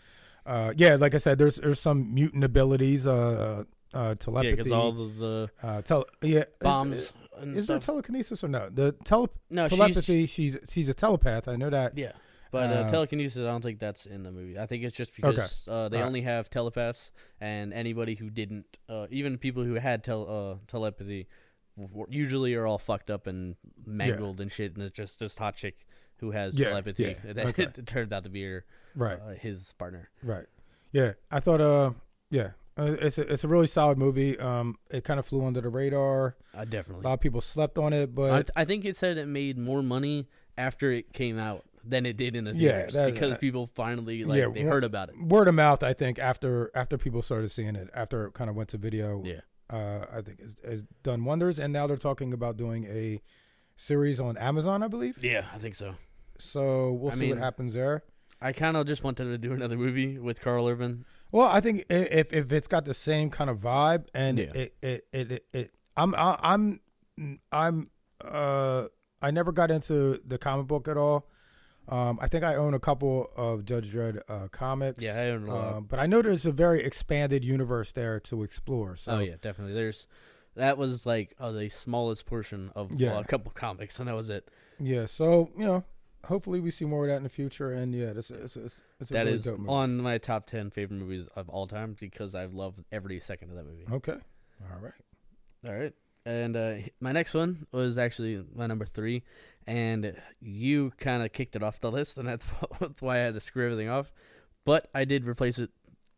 Speaker 1: uh, yeah, like I said, there's there's some mutant abilities, uh, uh,
Speaker 2: yeah,
Speaker 1: telepathy,
Speaker 2: because all of the
Speaker 1: uh, tele- yeah, it's- uh,
Speaker 2: bombs and
Speaker 1: is there
Speaker 2: stuff.
Speaker 1: telekinesis or no? The tele-
Speaker 2: no, She's,
Speaker 1: telepathy. She's she's a telepath. I know that.
Speaker 2: yeah, but uh,
Speaker 1: Uh,
Speaker 2: telekinesis. I don't think that's in the movie. I think it's just
Speaker 1: Okay.
Speaker 2: because uh, they
Speaker 1: Alright.
Speaker 2: only have telepaths, and anybody who didn't, uh, even people who had tel- uh, telepathy, w- usually are all fucked up and mangled and shit. And it's just this hot chick who has
Speaker 1: Yeah,
Speaker 2: telepathy.
Speaker 1: yeah,
Speaker 2: that
Speaker 1: okay.
Speaker 2: it turned out to be her,
Speaker 1: Right.
Speaker 2: uh, his partner.
Speaker 1: Right. Yeah. I thought. Uh. Yeah. Uh, It's a, it's a really solid movie. Um. It kind of flew under the radar.
Speaker 2: Uh,
Speaker 1: A
Speaker 2: definitely.
Speaker 1: lot of people slept on it,
Speaker 2: I,
Speaker 1: but
Speaker 2: th- I think it said it made more money after it came out than it did in the
Speaker 1: Yeah,
Speaker 2: theaters
Speaker 1: that-
Speaker 2: because
Speaker 1: that-
Speaker 2: people finally like
Speaker 1: Yeah,
Speaker 2: they
Speaker 1: wha-
Speaker 2: heard about it.
Speaker 1: word of mouth. I think after after people started seeing it, after it kind of went to video.
Speaker 2: Yeah.
Speaker 1: Uh. I think has, has done wonders, and now they're talking about doing a series on Amazon, I believe.
Speaker 2: Yeah, I think so.
Speaker 1: So we'll
Speaker 2: I
Speaker 1: see what
Speaker 2: mean-
Speaker 1: happens there.
Speaker 2: I kind of just want them to do another movie with Carl Urban.
Speaker 1: Well, I think i- if if it's got the same kind of vibe and
Speaker 2: Yeah.
Speaker 1: it, it, it it it I'm I- I'm I'm uh I never got into the comic book at all. Um, I think I own a couple of Judge Dredd uh, comics.
Speaker 2: Yeah, I own a lot.
Speaker 1: Um, but I know there's a very expanded universe there to explore. So
Speaker 2: oh yeah, definitely. There's that was like uh, the smallest portion of
Speaker 1: Yeah.
Speaker 2: well, a couple comics, and that was it.
Speaker 1: yeah, so you know, hopefully we see more of that in the future. And yeah, this it's it's, it's a
Speaker 2: That
Speaker 1: really
Speaker 2: is
Speaker 1: dope movie.
Speaker 2: on my top ten favorite movies of all time because I've loved every second of that movie.
Speaker 1: okay, all right.
Speaker 2: All right. And uh, h- my next one was actually my number three, and you kind of kicked it off the list, and that's wh- that's why I had to screw everything off. But I did replace it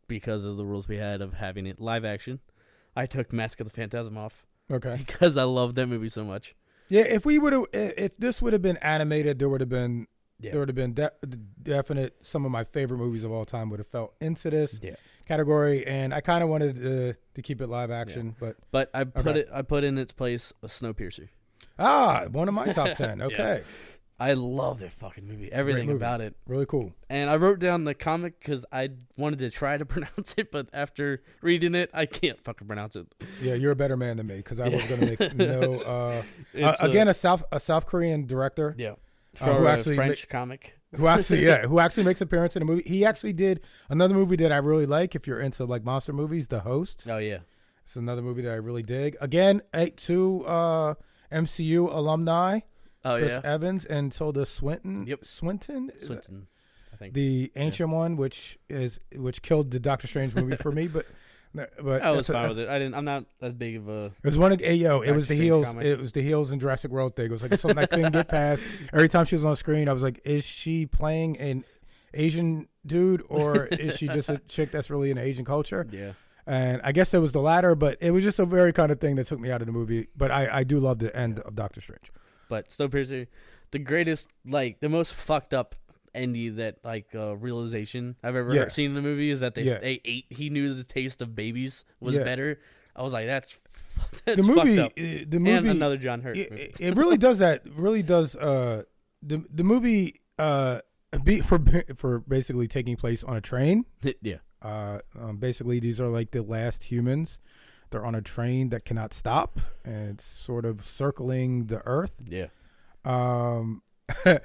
Speaker 2: because of the rules we had of having it live action. I took Mask of the Phantasm off
Speaker 1: Okay.
Speaker 2: because I love that movie so much.
Speaker 1: Yeah, if we would have, if this would have been animated, there would have been,
Speaker 2: Yeah.
Speaker 1: there would have been de- definite. Some of my favorite movies of all time would have felt into this
Speaker 2: Yeah.
Speaker 1: category, and I kind of wanted to, to keep it live action, but
Speaker 2: But I put
Speaker 1: Okay.
Speaker 2: it I put in its place a Snowpiercer.
Speaker 1: ah, one of my top ten. Okay,
Speaker 2: I love that fucking movie.
Speaker 1: a great
Speaker 2: Everything
Speaker 1: movie.
Speaker 2: about it.
Speaker 1: really cool.
Speaker 2: And I wrote down the comic cuz I wanted to try to pronounce it, but after reading it, I can't fucking pronounce it.
Speaker 1: Yeah, you're a better man than me because I was going to make no. Uh,
Speaker 2: It's,
Speaker 1: uh, again, a South a South Korean director
Speaker 2: yeah. From
Speaker 1: Uh, who
Speaker 2: a
Speaker 1: actually ma-
Speaker 2: French comic.
Speaker 1: who actually yeah who actually makes appearance in a movie. He actually did another movie that I really like. If you're into like monster movies, The Host.
Speaker 2: Oh yeah.
Speaker 1: It's another movie that I really dig. Again, eight two uh, MCU alumni
Speaker 2: Oh
Speaker 1: Chris
Speaker 2: yeah.
Speaker 1: Evans and Tilda Swinton.
Speaker 2: Yep.
Speaker 1: Swinton, is it?
Speaker 2: Swinton, I think.
Speaker 1: the ancient one, which is which killed the Doctor Strange movie for me, but but
Speaker 2: I was
Speaker 1: that's a-
Speaker 2: Oh, fine with it. I didn't I'm not as big of a
Speaker 1: it was one of hey, yo, it
Speaker 2: Doctor
Speaker 1: was the
Speaker 2: Strange
Speaker 1: heels.
Speaker 2: comic.
Speaker 1: It was the heels in Jurassic World thing. It was like something I couldn't get past. Every time she was on screen, I was like, is she playing an Asian dude or is she just a chick that's really in Asian culture?
Speaker 2: yeah.
Speaker 1: And I guess it was the latter, but it was just a very kind of thing that took me out of the movie. But I, I do love the end of Doctor Strange.
Speaker 2: But Snowpiercer, the greatest, like the most fucked up ending that like uh, realization I've ever
Speaker 1: Yeah.
Speaker 2: seen in the movie is that they
Speaker 1: Yeah.
Speaker 2: they ate. He knew the taste of babies was
Speaker 1: Yeah.
Speaker 2: better. I was like, that's that's
Speaker 1: The movie,
Speaker 2: fucked up.
Speaker 1: uh, the
Speaker 2: and
Speaker 1: movie,
Speaker 2: another John Hurt
Speaker 1: it,
Speaker 2: movie.
Speaker 1: it- it really does that. Really does. Uh, the the movie uh, be, for for basically taking place on a train.
Speaker 2: yeah,
Speaker 1: Uh, um, basically, these are like the last humans. They're on a train that cannot stop, and it's sort of circling the Earth.
Speaker 2: yeah,
Speaker 1: Um,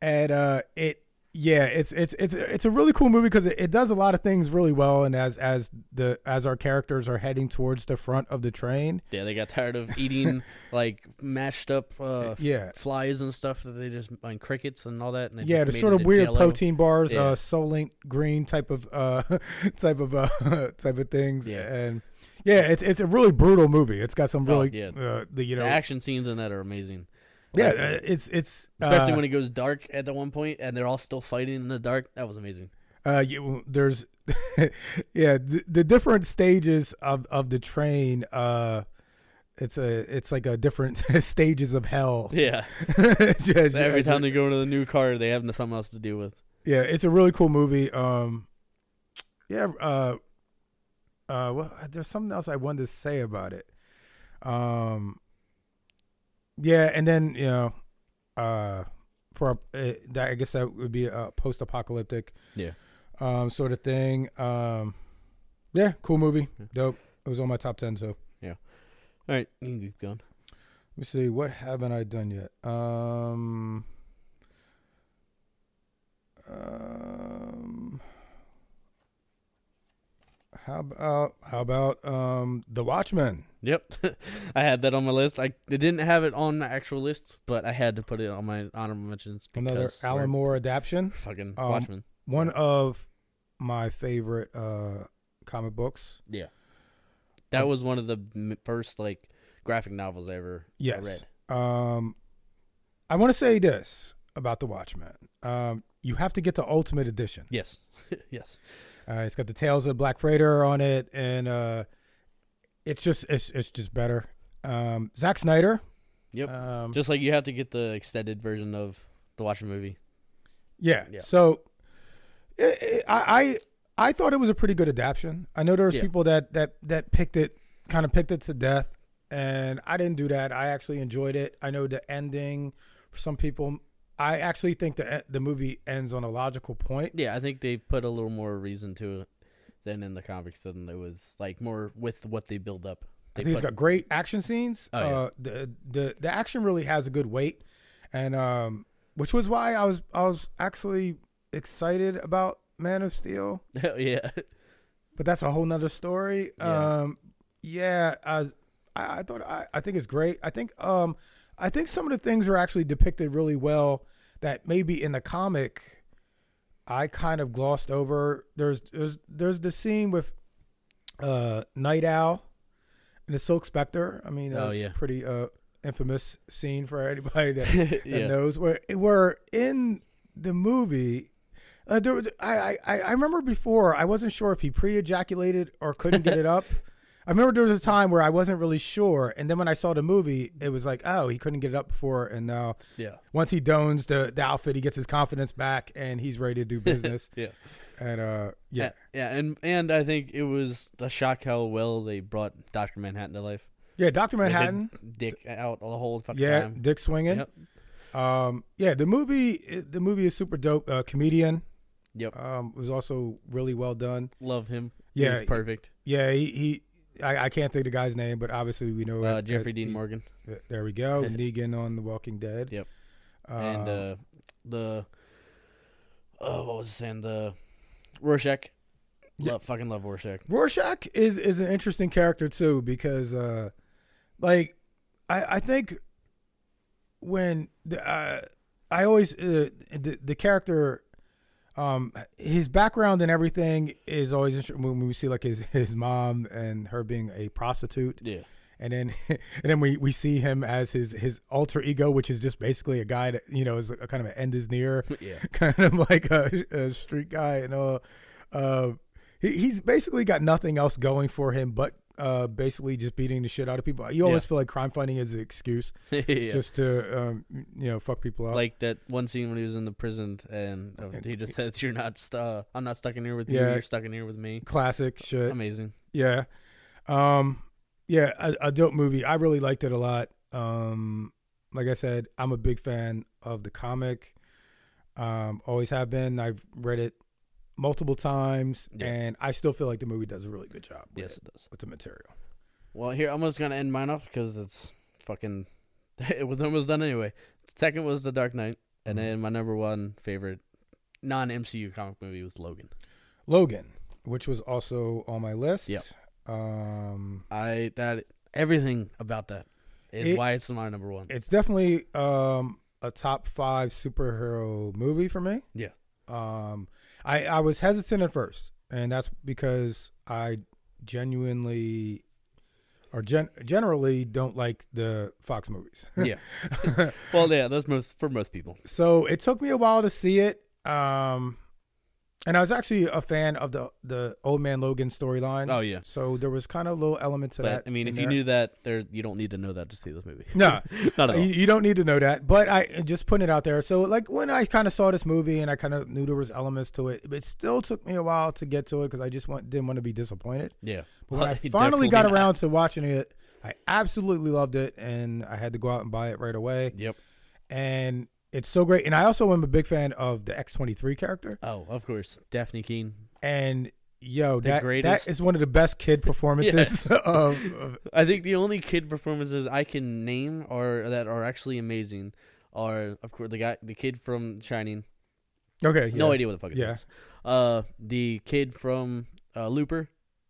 Speaker 1: and uh, it yeah, it's it's it's it's a really cool movie because it, it does a lot of things really well. And as as the as our characters are heading towards the front of the train,
Speaker 2: yeah. They got tired of eating like mashed up uh,
Speaker 1: yeah,
Speaker 2: flies and stuff that they just and crickets and all that. And they
Speaker 1: yeah,
Speaker 2: just
Speaker 1: the
Speaker 2: made
Speaker 1: sort of
Speaker 2: into
Speaker 1: weird
Speaker 2: Jell-O.
Speaker 1: protein bars,
Speaker 2: Yeah.
Speaker 1: uh, Solent green type of uh, type of uh, type of things,
Speaker 2: Yeah.
Speaker 1: and yeah, it's it's a really brutal movie. It's got some
Speaker 2: Oh,
Speaker 1: really
Speaker 2: yeah.
Speaker 1: uh, the you know
Speaker 2: the action scenes in that are amazing.
Speaker 1: yeah,
Speaker 2: Like,
Speaker 1: uh, it's it's
Speaker 2: especially
Speaker 1: uh,
Speaker 2: when it goes dark at the one point and they're all still fighting in the dark. That was amazing.
Speaker 1: uh, you, there's yeah the, the different stages of of the train. Uh, it's a it's like a different stages of hell.
Speaker 2: Yeah.
Speaker 1: As you- as
Speaker 2: So every
Speaker 1: you-
Speaker 2: time they go into the new car, they have no- something else to deal with.
Speaker 1: yeah, it's a really cool movie. Um, yeah, uh, uh, well, there's something else I wanted to say about it. Um, yeah, and then you know, uh, for a, uh, that I guess that would be a post-apocalyptic,
Speaker 2: Yeah.
Speaker 1: um, sort of thing. Um, yeah, cool movie,
Speaker 2: Yeah.
Speaker 1: dope. It was on my top ten, so let
Speaker 2: All right, you can keep going.
Speaker 1: me see what haven't I done yet. Um. Um, how about how about um the Watchmen?
Speaker 2: Yep, I had that on my list. I I didn't have it on my actual list, but I had to put it on my honorable mentions.
Speaker 1: Another
Speaker 2: because we're
Speaker 1: Alan Moore adaptation.
Speaker 2: fucking
Speaker 1: um,
Speaker 2: Watchmen.
Speaker 1: One of my favorite uh comic books.
Speaker 2: Yeah, that was one of the m- first like graphic novels I ever
Speaker 1: Yes.
Speaker 2: read.
Speaker 1: Um, I want to say this about the Watchmen. Um, you have to get the Ultimate Edition.
Speaker 2: Yes, yes,
Speaker 1: Uh, it's got the Tales of the Black Freighter on it, and uh, it's just it's it's just better. Um, Zack Snyder.
Speaker 2: Yep.
Speaker 1: Um,
Speaker 2: just like you have to get the extended version of the Watchmen movie.
Speaker 1: Yeah.
Speaker 2: Yeah.
Speaker 1: So it, it- I I I thought it was a pretty good adaptation. I know there was
Speaker 2: Yeah.
Speaker 1: people that that that picked it kind of picked it to death, and I didn't do that. I actually enjoyed it. I know the ending for some people. I actually think the the movie ends on a logical point.
Speaker 2: Yeah, I think they put a little more reason to it than in the comics. Than it was like more with what they build up.
Speaker 1: I
Speaker 2: They
Speaker 1: think it's
Speaker 2: put-
Speaker 1: got great action scenes.
Speaker 2: Oh, yeah.
Speaker 1: uh, the the the action really has a good weight, and um, which was why I was I was actually excited about Man of Steel.
Speaker 2: yeah.
Speaker 1: but that's a whole nother story.
Speaker 2: Yeah.
Speaker 1: Um, yeah, I, was- I, I thought I, I think it's great. I think um, I think some of the things are actually depicted really well that maybe in the comic I kind of glossed over. There's there's there's the scene with uh, Night Owl and the Silk Spectre. I mean, uh,
Speaker 2: Oh, yeah.
Speaker 1: pretty uh, infamous scene for anybody that
Speaker 2: yeah.
Speaker 1: that knows where where in the movie Uh, there, was- I, I, I remember before I wasn't sure if he pre-ejaculated or couldn't get it up. I remember there was a time where I wasn't really sure, and then when I saw the movie, it was like, oh, he couldn't get it up before, and now
Speaker 2: Yeah.
Speaker 1: once he dons the, the outfit, he gets his confidence back, and he's ready to do business.
Speaker 2: Yeah.
Speaker 1: and uh, yeah,
Speaker 2: Yeah. Yeah. And and I think it was a shock how well they brought Doctor Manhattan to life.
Speaker 1: yeah, Doctor
Speaker 2: They did
Speaker 1: Manhattan,
Speaker 2: Dick out the whole fucking
Speaker 1: yeah,
Speaker 2: time.
Speaker 1: Dick swinging,
Speaker 2: Yep.
Speaker 1: um, yeah, the movie, the movie is super dope. Uh, comedian,
Speaker 2: Yep.
Speaker 1: um, was also really well done.
Speaker 2: Love him.
Speaker 1: Yeah,
Speaker 2: He's perfect.
Speaker 1: Yeah, he, he I, I can't think of the guy's name, but obviously we know
Speaker 2: Uh,
Speaker 1: it-
Speaker 2: Jeffrey
Speaker 1: it-
Speaker 2: Dean
Speaker 1: he-
Speaker 2: Morgan
Speaker 1: th- There we go. Negan on The Walking Dead.
Speaker 2: Yep.
Speaker 1: Uh,
Speaker 2: and uh, the uh, what was it saying the Rorschach.
Speaker 1: Yeah.
Speaker 2: Love, fucking love Rorschach.
Speaker 1: Rorschach is is an interesting character too because, uh, like, I I think when the, uh, I always uh, the the character. Um, his background and everything is always interesting when we see like his, his mom and her being a prostitute.
Speaker 2: Yeah.
Speaker 1: and then and then we, we see him as his his alter ego, which is just basically a guy that you know is a, kind of an end is near,
Speaker 2: Yeah.
Speaker 1: kind of like a, a street guy, and uh, uh, he, he's basically got nothing else going for him but uh, basically just beating the shit out of people. You always
Speaker 2: Yeah.
Speaker 1: feel like crime fighting is an excuse
Speaker 2: yeah.
Speaker 1: just uh, to um, you know fuck people up.
Speaker 2: like that one scene when he was in the prison and uh, he just says, "You're not, stu- uh, I'm not stuck in here with you.
Speaker 1: Yeah.
Speaker 2: You're stuck in here with me."
Speaker 1: classic shit.
Speaker 2: Amazing.
Speaker 1: Yeah. Um yeah, a, a dope movie. I really liked it a lot. Um like I said, I'm a big fan of the comic. Um always have been. I've read it multiple times
Speaker 2: Yeah.
Speaker 1: and I still feel like the movie does a really good job with,
Speaker 2: Yes,
Speaker 1: it-
Speaker 2: it does.
Speaker 1: with the material.
Speaker 2: Well, here I'm just gonna end mine off because it's fucking. It was almost done anyway. Second was The Dark Knight, and
Speaker 1: Mhm.
Speaker 2: then my number one favorite non MCU comic movie was Logan.
Speaker 1: Logan, which was also on my list.
Speaker 2: Yep.
Speaker 1: Um
Speaker 2: I that everything about that is
Speaker 1: It-
Speaker 2: why it's my number one.
Speaker 1: it's definitely um a top 5 superhero movie for me.
Speaker 2: yeah,
Speaker 1: Um, I, I was hesitant at first, and that's because I genuinely or gen- generally don't like the Fox movies.
Speaker 2: yeah. well, yeah, that's most for most people.
Speaker 1: so it took me a while to see it. Um, and I was actually a fan of the the Old Man Logan storyline.
Speaker 2: Oh yeah,
Speaker 1: So there was kind of a little element to
Speaker 2: but
Speaker 1: that.
Speaker 2: I mean,
Speaker 1: in
Speaker 2: if you
Speaker 1: there.
Speaker 2: knew that, there you don't need to know that to see this movie.
Speaker 1: no,
Speaker 2: not at all.
Speaker 1: You, you don't need to know that, but I uh, just putting it out there. So, like when I kind of saw this movie and I kind of knew there was elements to it, but it still took me a while to get to it because I just want, didn't want to be disappointed.
Speaker 2: Yeah.
Speaker 1: But when I finally got around to watching it, I absolutely loved it, and I had to go out and buy it right away.
Speaker 2: Yep.
Speaker 1: And it's so great. And I also am a big fan of the X twenty three character,
Speaker 2: Oh, of course, Daphne Keen.
Speaker 1: and yo, that
Speaker 2: greatest.
Speaker 1: that is one of the best kid performances
Speaker 2: Yes.
Speaker 1: of, of
Speaker 2: I think the only kid performances I can name are that are actually amazing are of course the guy, the kid from Shining.
Speaker 1: okay.
Speaker 2: No
Speaker 1: yeah.
Speaker 2: idea what the fuck it is.
Speaker 1: Yeah.
Speaker 2: Uh, the kid from uh, Looper,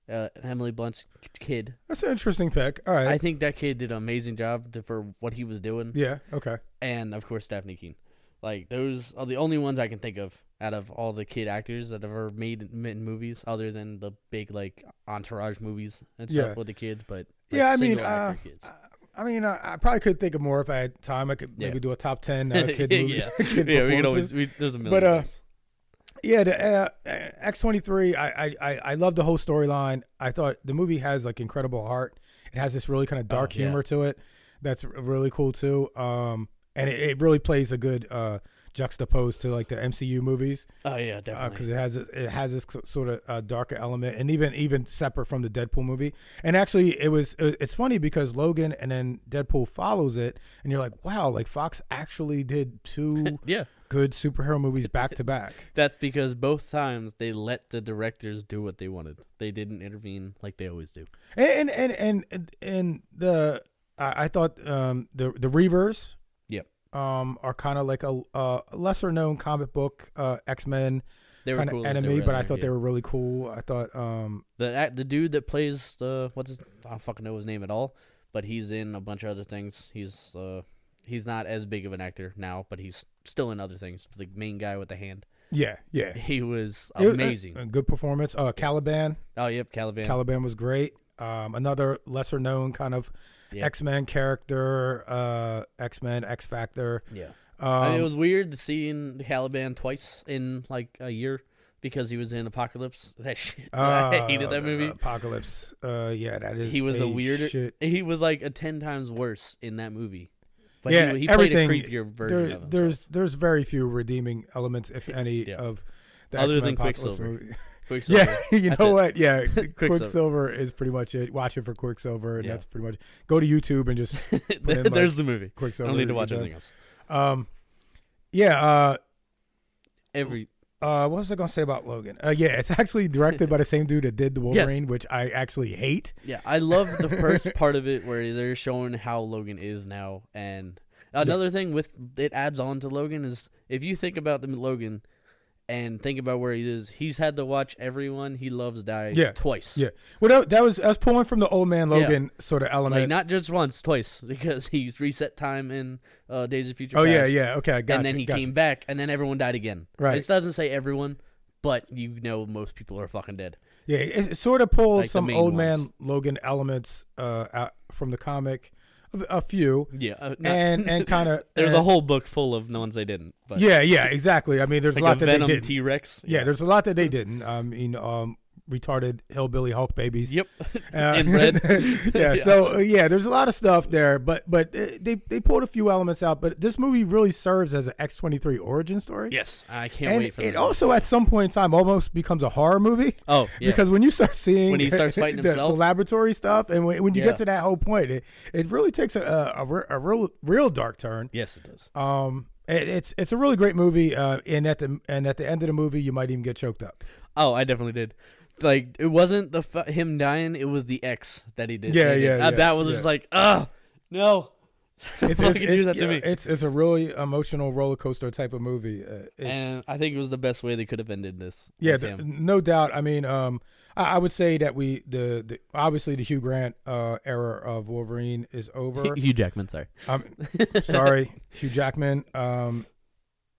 Speaker 2: uh, Emily Blunt's kid.
Speaker 1: That's an interesting pick. All right.
Speaker 2: I think that kid did an amazing job to, for what he was doing,
Speaker 1: yeah. Okay.
Speaker 2: and of course Daphne Keen. Like those are the only ones I can think of out of all the kid actors that have ever made in in movies, other than the big like entourage movies and stuff
Speaker 1: Yeah.
Speaker 2: with the kids. But like,
Speaker 1: Yeah, I mean,
Speaker 2: single actor
Speaker 1: uh,
Speaker 2: kids.
Speaker 1: I- I mean, I, I probably could think of more if I had time. I could
Speaker 2: Yeah.
Speaker 1: maybe do a top ten uh, kid movie.
Speaker 2: yeah, yeah.
Speaker 1: kid
Speaker 2: We could
Speaker 1: performances.
Speaker 2: always. We, there's a million.
Speaker 1: But, uh,
Speaker 2: things.
Speaker 1: Yeah, the uh, X twenty three. I I- I I love the whole storyline. I thought the movie has like incredible heart. It has this really kind of dark
Speaker 2: Oh, yeah.
Speaker 1: humor to it. That's r- really cool too. Um, and it, it really plays a good uh juxtaposed to like the MCU movies
Speaker 2: oh yeah,
Speaker 1: because
Speaker 2: definitely.
Speaker 1: Uh, it has it has this so- sort of uh, darker element and even even separate from the Deadpool movie. And actually, it was it- it's funny because Logan and then Deadpool follows it, and you're like, wow, like Fox actually did two
Speaker 2: yeah,
Speaker 1: good superhero movies back to back.
Speaker 2: that's because both times they let the directors do what they wanted. They didn't intervene like they always do.
Speaker 1: and and and and, and the I, I thought um, the the Reavers
Speaker 2: Yep.
Speaker 1: um, are kind of like a, a lesser known comic book uh, X Men
Speaker 2: They were
Speaker 1: kind
Speaker 2: cool.
Speaker 1: of
Speaker 2: that they
Speaker 1: enemy,
Speaker 2: were in
Speaker 1: but I
Speaker 2: there,
Speaker 1: thought
Speaker 2: yeah.
Speaker 1: they were really cool. I thought um,
Speaker 2: the act- the dude that plays the what's his, I don't fucking know his name at all, but he's in a bunch of other things. He's uh he's not as big of an actor now, but he's still in other things. The main guy with the hand,
Speaker 1: yeah yeah
Speaker 2: he was
Speaker 1: It was a-
Speaker 2: amazing.
Speaker 1: a good performance. Uh, Caliban
Speaker 2: oh yep, Caliban.
Speaker 1: Caliban was great. Um, another lesser known kind of
Speaker 2: Yeah.
Speaker 1: X Men character, uh, X Men X Factor.
Speaker 2: yeah, I mean, it
Speaker 1: Um,
Speaker 2: was weird seeing the Caliban twice in like a year because he was in Apocalypse. That shit. I hated
Speaker 1: uh,
Speaker 2: that movie.
Speaker 1: Apocalypse. Uh, yeah, that is.
Speaker 2: he was a weirder.
Speaker 1: Shit.
Speaker 2: He was like a ten times worse in that movie. But
Speaker 1: Yeah,
Speaker 2: he, he played a
Speaker 1: everything-
Speaker 2: creepier version
Speaker 1: There,
Speaker 2: of him.
Speaker 1: there's there's very few redeeming elements, if any,
Speaker 2: Yeah.
Speaker 1: of the
Speaker 2: Other
Speaker 1: X-Men
Speaker 2: than
Speaker 1: Apocalypse
Speaker 2: Quicksilver.
Speaker 1: movie.
Speaker 2: Quicksilver.
Speaker 1: Yeah, you
Speaker 2: That's
Speaker 1: know
Speaker 2: it.
Speaker 1: what? Yeah,
Speaker 2: Quicksilver.
Speaker 1: Quicksilver is pretty much it. Watch it for Quicksilver, and
Speaker 2: Yeah.
Speaker 1: that's pretty much. Go to YouTube and just in, like,
Speaker 2: there's the movie. I
Speaker 1: Quicksilver.
Speaker 2: don't need to
Speaker 1: you're
Speaker 2: watch
Speaker 1: done.
Speaker 2: anything else.
Speaker 1: Um, yeah. Uh,
Speaker 2: Every
Speaker 1: uh, what was I gonna say about Logan? Uh, yeah, it's actually directed by the same dude that did the
Speaker 2: Yes.
Speaker 1: Wolverine, which I actually hate.
Speaker 2: yeah, I love the first part of it where they're showing how Logan is now, and another thing with it adds on to Logan is if you think about the Logan and think about where he is, he's had to watch everyone he loves die
Speaker 1: Yeah.
Speaker 2: twice.
Speaker 1: Yeah. Well, that, that was us pulling from the old man
Speaker 2: Yeah.
Speaker 1: Logan sort of
Speaker 2: Like
Speaker 1: element.
Speaker 2: not just once, twice, because he's reset time in uh, Days of Future.
Speaker 1: oh yeah,
Speaker 2: Past,
Speaker 1: yeah. Okay, I got
Speaker 2: and then he came back, and then everyone died again.
Speaker 1: Right.
Speaker 2: It doesn't say everyone, but you know most people are fucking dead.
Speaker 1: Yeah, it, it sort of pulled
Speaker 2: Like the
Speaker 1: some
Speaker 2: main
Speaker 1: old
Speaker 2: ones.
Speaker 1: man Logan elements uh, out from the comic, a, a few,
Speaker 2: Yeah. uh, not-
Speaker 1: and uh, and kind of
Speaker 2: there's a whole book full of the ones they didn't. But
Speaker 1: Yeah, yeah, exactly. I mean, there's
Speaker 2: Like
Speaker 1: a lot
Speaker 2: a
Speaker 1: that they
Speaker 2: Venom
Speaker 1: didn't.
Speaker 2: T Rex.
Speaker 1: yeah, there's a lot that they didn't. I mean, um, retarded hillbilly Hulk babies.
Speaker 2: Yep.
Speaker 1: Uh,
Speaker 2: In red.
Speaker 1: yeah, So uh, yeah, there's a lot of stuff there, but but uh, they they pulled a few elements out. But this movie really serves as an X23 origin story.
Speaker 2: Yes, I can't
Speaker 1: And
Speaker 2: wait for
Speaker 1: it
Speaker 2: that.
Speaker 1: also, at some point in time, almost becomes a horror movie
Speaker 2: oh, yeah.
Speaker 1: because when you start seeing
Speaker 2: When he starts fighting
Speaker 1: the, the
Speaker 2: himself?
Speaker 1: laboratory stuff, and when, when you get
Speaker 2: Yeah.
Speaker 1: to that whole point, it, it really takes a, a, a, re- a real real dark turn.
Speaker 2: yes, it does.
Speaker 1: Um, it, it's it's a really great movie, uh, and at the and at the end of the movie, you might even get choked up.
Speaker 2: Oh, I definitely did. Like it wasn't the fu- him dying; it was the X that he did.
Speaker 1: Yeah,
Speaker 2: Like,
Speaker 1: yeah,
Speaker 2: uh,
Speaker 1: yeah,
Speaker 2: That was
Speaker 1: yeah.
Speaker 2: just like, ah, no.
Speaker 1: It's,
Speaker 2: Fucking
Speaker 1: it's,
Speaker 2: do that
Speaker 1: it's,
Speaker 2: to
Speaker 1: yeah,
Speaker 2: me.
Speaker 1: it's it's a really emotional roller coaster type of movie. Uh, it's,
Speaker 2: and I think it was the best way they could have ended this.
Speaker 1: yeah,
Speaker 2: with
Speaker 1: th-
Speaker 2: him.
Speaker 1: no doubt. I mean, um, I, I would say that we the, the obviously the Hugh Grant uh, era of Wolverine is over.
Speaker 2: Hugh Jackman. Sorry.
Speaker 1: I'm sorry, Hugh Jackman. Um,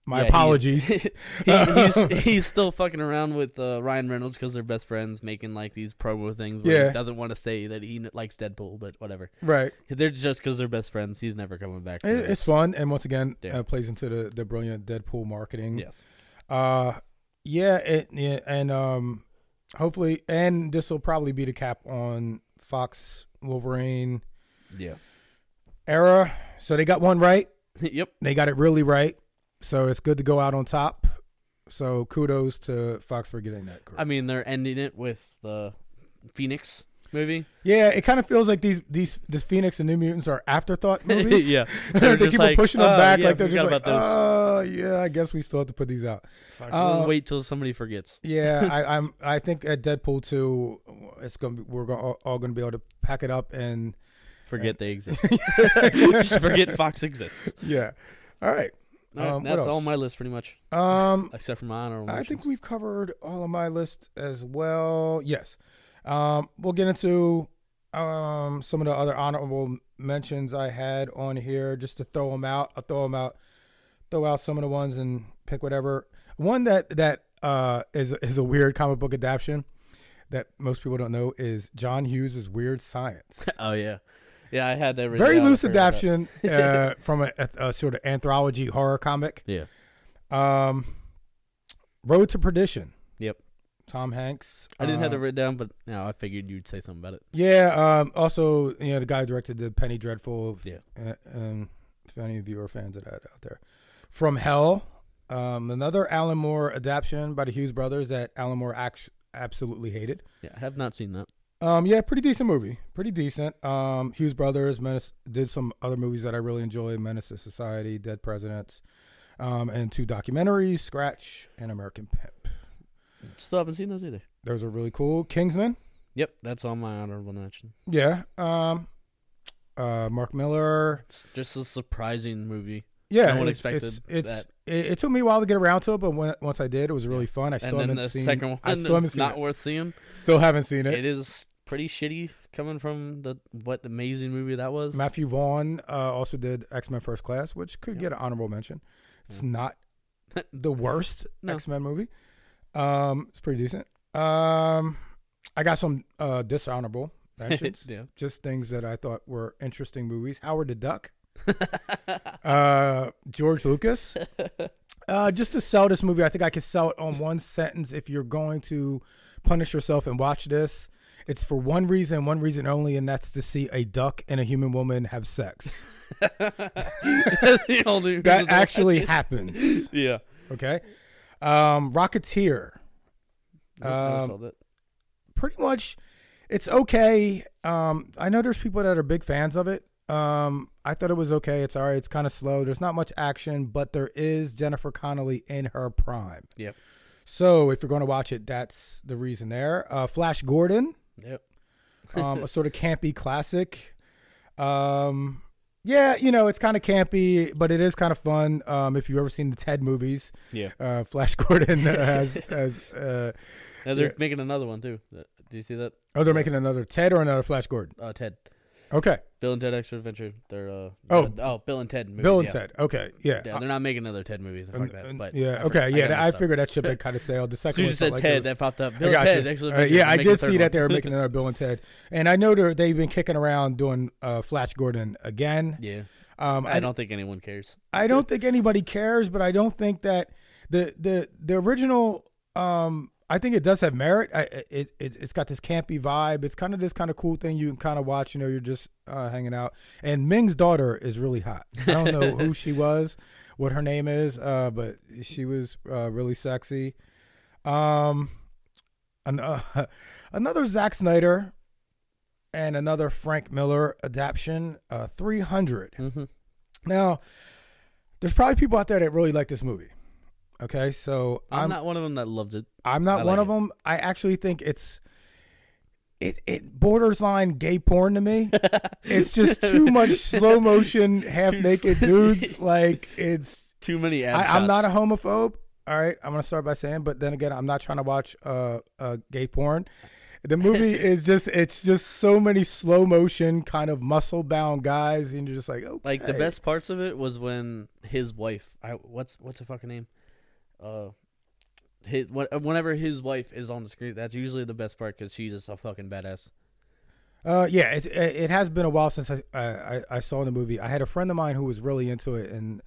Speaker 1: my
Speaker 2: Yeah, he-
Speaker 1: apologies.
Speaker 2: he, he's, he's still fucking around with uh, Ryan Reynolds because they're best friends, making like these promo things where
Speaker 1: Yeah.
Speaker 2: he doesn't want to say that he n- likes Deadpool, but whatever.
Speaker 1: right,
Speaker 2: They're just because they're best friends. He's never coming back. to
Speaker 1: It-
Speaker 2: this.
Speaker 1: it's fun, and once again,
Speaker 2: Yeah.
Speaker 1: uh, plays into the the brilliant Deadpool marketing.
Speaker 2: yes.
Speaker 1: Uh yeah, it, yeah, and um hopefully and this will probably be the cap on Fox Wolverine
Speaker 2: Yeah.
Speaker 1: era. So they got one right.
Speaker 2: yep.
Speaker 1: They got it really right. So it's good to go out on top. So kudos to Fox for getting that correct.
Speaker 2: I mean, they're ending it with the Phoenix movie.
Speaker 1: yeah, it kind of feels like these these this Phoenix and New Mutants are afterthought movies.
Speaker 2: yeah.
Speaker 1: they
Speaker 2: just
Speaker 1: keep on
Speaker 2: like,
Speaker 1: pushing them
Speaker 2: "Oh,
Speaker 1: back
Speaker 2: yeah,
Speaker 1: like they're
Speaker 2: forgot
Speaker 1: just like, oh yeah, I guess we still have to put these out.
Speaker 2: Fuck,
Speaker 1: uh,
Speaker 2: we'll wait till somebody forgets.
Speaker 1: Yeah, I, I'm. I think at Deadpool two, it's gonna be, we're gonna, all, all gonna be able to pack it up and
Speaker 2: Forget they exist. just forget Fox exists.
Speaker 1: yeah. All right.
Speaker 2: All right,
Speaker 1: Um, what
Speaker 2: that's all
Speaker 1: else?
Speaker 2: my list, pretty much,
Speaker 1: Um,
Speaker 2: except for my honorable.
Speaker 1: I
Speaker 2: mentions.
Speaker 1: think we've covered all of my list as well. Yes. Um, we'll get into um some of the other honorable mentions I had on here just to throw them out. I'll throw them out, throw out some of the ones and pick whatever. One that that uh is is a weird comic book adaptation that most people don't know is John Hughes' Weird Science.
Speaker 2: Oh yeah, yeah. I had that. written
Speaker 1: very
Speaker 2: down, I
Speaker 1: loose
Speaker 2: forgot about that.
Speaker 1: adaptation uh, from a, a, a sort of anthology horror comic.
Speaker 2: Yeah.
Speaker 1: Um, Road to Perdition.
Speaker 2: Yep.
Speaker 1: Tom Hanks.
Speaker 2: I didn't have it
Speaker 1: Uh,
Speaker 2: written down, but no, I figured you'd say something about it.
Speaker 1: yeah. Um, also, you know, the guy who directed the Penny Dreadful. If,
Speaker 2: Yeah.
Speaker 1: uh, um, if any of you are fans of that out there, From Hell. Um, another Alan Moore adaptation by the Hughes brothers that Alan Moore act- absolutely hated.
Speaker 2: Yeah, I have not seen that.
Speaker 1: Um, yeah, pretty decent movie. Pretty decent. Um, Hughes Brothers Menace did some other movies that I really enjoy: Menace to Society, Dead Presidents, um, and two documentaries: Scratch and American Pimp.
Speaker 2: Still haven't seen those either.
Speaker 1: Those are really cool. Kingsman.
Speaker 2: Yep, that's all my honorable mention.
Speaker 1: Yeah. Um, uh, Mark Miller.
Speaker 2: It's just a surprising movie.
Speaker 1: Yeah,
Speaker 2: No one
Speaker 1: it's,
Speaker 2: expected
Speaker 1: it's, it's It, it took me a while to get around to it, but when, once I did, it was really fun. I still
Speaker 2: and then
Speaker 1: haven't
Speaker 2: the
Speaker 1: seen.
Speaker 2: second one
Speaker 1: I still haven't
Speaker 2: is
Speaker 1: seen.
Speaker 2: not
Speaker 1: it.
Speaker 2: worth seeing.
Speaker 1: Still haven't seen it.
Speaker 2: It is pretty shitty coming from the what amazing movie that was.
Speaker 1: Matthew Vaughn uh, also did X Men First Class, which could
Speaker 2: Yeah. Mm.
Speaker 1: get an honorable mention. It's not the worst
Speaker 2: No.
Speaker 1: X Men movie. Um, it's pretty decent. Um, I got some uh, dishonorable mentions,
Speaker 2: yeah.
Speaker 1: just things that I thought were interesting movies. Howard the Duck. uh, George Lucas. Uh, just to sell this movie, I think I could sell it on one sentence. If you're going to punish yourself and watch this, it's for one reason, one reason only, and that's to see a duck and a human woman have sex.
Speaker 2: That's the only reason
Speaker 1: That
Speaker 2: to
Speaker 1: actually
Speaker 2: watch
Speaker 1: happens.
Speaker 2: it. yeah.
Speaker 1: Okay. Um, Rocketeer.
Speaker 2: Nope, never
Speaker 1: Um,
Speaker 2: saw that.
Speaker 1: pretty much it's okay. Um, I know there's people that are big fans of it. Um, I thought it was okay. It's all right. It's kind of slow. There's not much action, but there is Jennifer Connelly in her prime.
Speaker 2: Yep.
Speaker 1: So if you're going to watch it, that's the reason there. Uh, Flash Gordon,
Speaker 2: Yep.
Speaker 1: um, a sort of campy classic. Um, yeah, you know, it's kind of campy, but it is kind of fun. Um, if you've ever seen the Ted movies,
Speaker 2: Yeah.
Speaker 1: uh, Flash Gordon has, has uh,
Speaker 2: Now they're
Speaker 1: Yeah.
Speaker 2: making another one too. That- Do you see that?
Speaker 1: oh, they're making another Ted or another Flash Gordon.
Speaker 2: Uh, Ted.
Speaker 1: Okay.
Speaker 2: Bill and Ted Extra Adventure. They're uh,
Speaker 1: Oh.
Speaker 2: oh Bill and Ted movie.
Speaker 1: Bill and
Speaker 2: yeah.
Speaker 1: Ted. Okay, yeah. Uh,
Speaker 2: Yeah, they're not making another Ted movie. Fuck
Speaker 1: And-
Speaker 2: that.
Speaker 1: and-
Speaker 2: but
Speaker 1: yeah,
Speaker 2: I
Speaker 1: okay,
Speaker 2: forgot-
Speaker 1: yeah.
Speaker 2: got
Speaker 1: that- I,
Speaker 2: mixed up.
Speaker 1: figured that ship had kind of sailed. The
Speaker 2: As
Speaker 1: second
Speaker 2: soon as
Speaker 1: one
Speaker 2: you
Speaker 1: felt
Speaker 2: said
Speaker 1: like it
Speaker 2: Ted,
Speaker 1: was-
Speaker 2: that popped up.
Speaker 1: I
Speaker 2: Bill
Speaker 1: got
Speaker 2: and Ted
Speaker 1: you.
Speaker 2: Extra
Speaker 1: All right,
Speaker 2: Adventure.
Speaker 1: yeah,
Speaker 2: They're
Speaker 1: I
Speaker 2: making a
Speaker 1: did
Speaker 2: third
Speaker 1: see that
Speaker 2: one.
Speaker 1: they were making another Bill and Ted, and I know they're they've been kicking around doing uh, Flash Gordon again.
Speaker 2: Yeah,
Speaker 1: Um,
Speaker 2: I
Speaker 1: I
Speaker 2: don't think anyone cares.
Speaker 1: I don't think anybody cares, but I don't think that the the the original. Um, I think it does have merit. I, it, it it's got this campy vibe. It's kind of this kind of cool thing you can kind of watch. You know, you're just uh, hanging out. And Ming's daughter is really hot. I don't know who she was, what her name is, uh, but she was uh, really sexy. Um, an, uh, another Zack Snyder and another Frank Miller adaptation, uh, 300.
Speaker 2: Mm-hmm.
Speaker 1: Now, there's probably people out there that really like this movie. Okay, so
Speaker 2: I'm,
Speaker 1: I'm I'm not,
Speaker 2: not one of them that loved it. I
Speaker 1: one
Speaker 2: like
Speaker 1: of them. I actually think it's it it borders line gay porn to me. it's just too much slow motion, half naked dudes. Like it's
Speaker 2: Too many ads.
Speaker 1: I, I'm not a homophobe. All right, I'm gonna start by saying, but then again, I'm not trying to watch uh, uh gay porn. The movie is just it's just so many slow motion kind of muscle bound guys, and you're just like, okay.
Speaker 2: like the best parts of it was when his wife. I what's what's her fucking name? Uh, his when- whenever his wife is on the screen, that's usually the best part because she's just a fucking badass.
Speaker 1: Uh, yeah, it, it it has been a while since I, I I saw the movie. I had a friend of mine who was really into it, and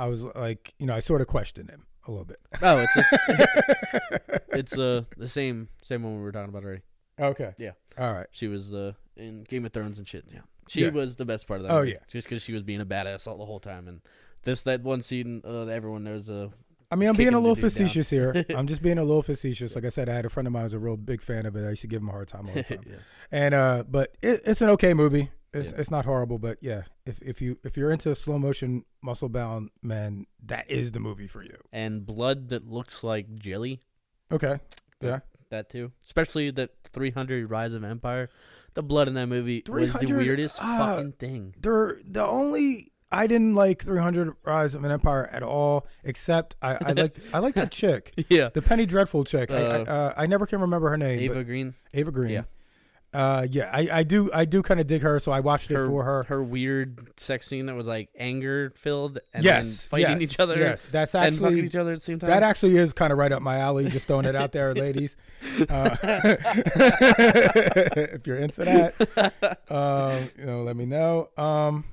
Speaker 1: I was like, you know, I sort of questioned him a little bit.
Speaker 2: Oh, it's just it's uh the same same one we were talking about already.
Speaker 1: Okay.
Speaker 2: Yeah.
Speaker 1: All right.
Speaker 2: She was uh, in Game of Thrones and shit. Yeah, she
Speaker 1: Yeah.
Speaker 2: was the best part of that.
Speaker 1: Oh,
Speaker 2: movie,
Speaker 1: yeah.
Speaker 2: just because she was being a badass all the whole time. And this that one scene, uh, that everyone knows. Uh,
Speaker 1: I mean, I'm being
Speaker 2: Kicking
Speaker 1: a little
Speaker 2: the dude down.
Speaker 1: facetious here. I'm just being a little facetious. Like I said, I had a friend of mine who was a real big fan of it. I used to give him a hard time all the time.
Speaker 2: yeah.
Speaker 1: and uh, but it, it's an okay movie. It's
Speaker 2: Yeah.
Speaker 1: it's not horrible, but yeah, if if you if you're into slow motion muscle bound man, that is the movie for you.
Speaker 2: and blood that looks like jelly.
Speaker 1: Okay. Yeah.
Speaker 2: That too, especially that 300 Rise of Empire. The blood in that movie was the
Speaker 1: 300,
Speaker 2: weirdest
Speaker 1: uh,
Speaker 2: fucking thing.
Speaker 1: They're the only I didn't like 300 Rise of an Empire at all, except I I like I like that chick,
Speaker 2: Yeah,
Speaker 1: the Penny Dreadful chick. I, I,
Speaker 2: Uh,
Speaker 1: uh, I never can remember her name.
Speaker 2: Ava
Speaker 1: Ava,
Speaker 2: Green,
Speaker 1: Ava Green.
Speaker 2: Yeah.
Speaker 1: Uh, yeah, I, I do I do kind of dig her, so I watched it
Speaker 2: her,
Speaker 1: for her.
Speaker 2: her weird sex scene that was like anger filled and
Speaker 1: yes,
Speaker 2: then fighting
Speaker 1: yes,
Speaker 2: each other
Speaker 1: Yes, that's
Speaker 2: and fucking
Speaker 1: actually
Speaker 2: each other at the same time.
Speaker 1: That actually is kind of right up my alley. Just throwing it out there, ladies. Uh, if you're into that, um, you know, let me know. Um,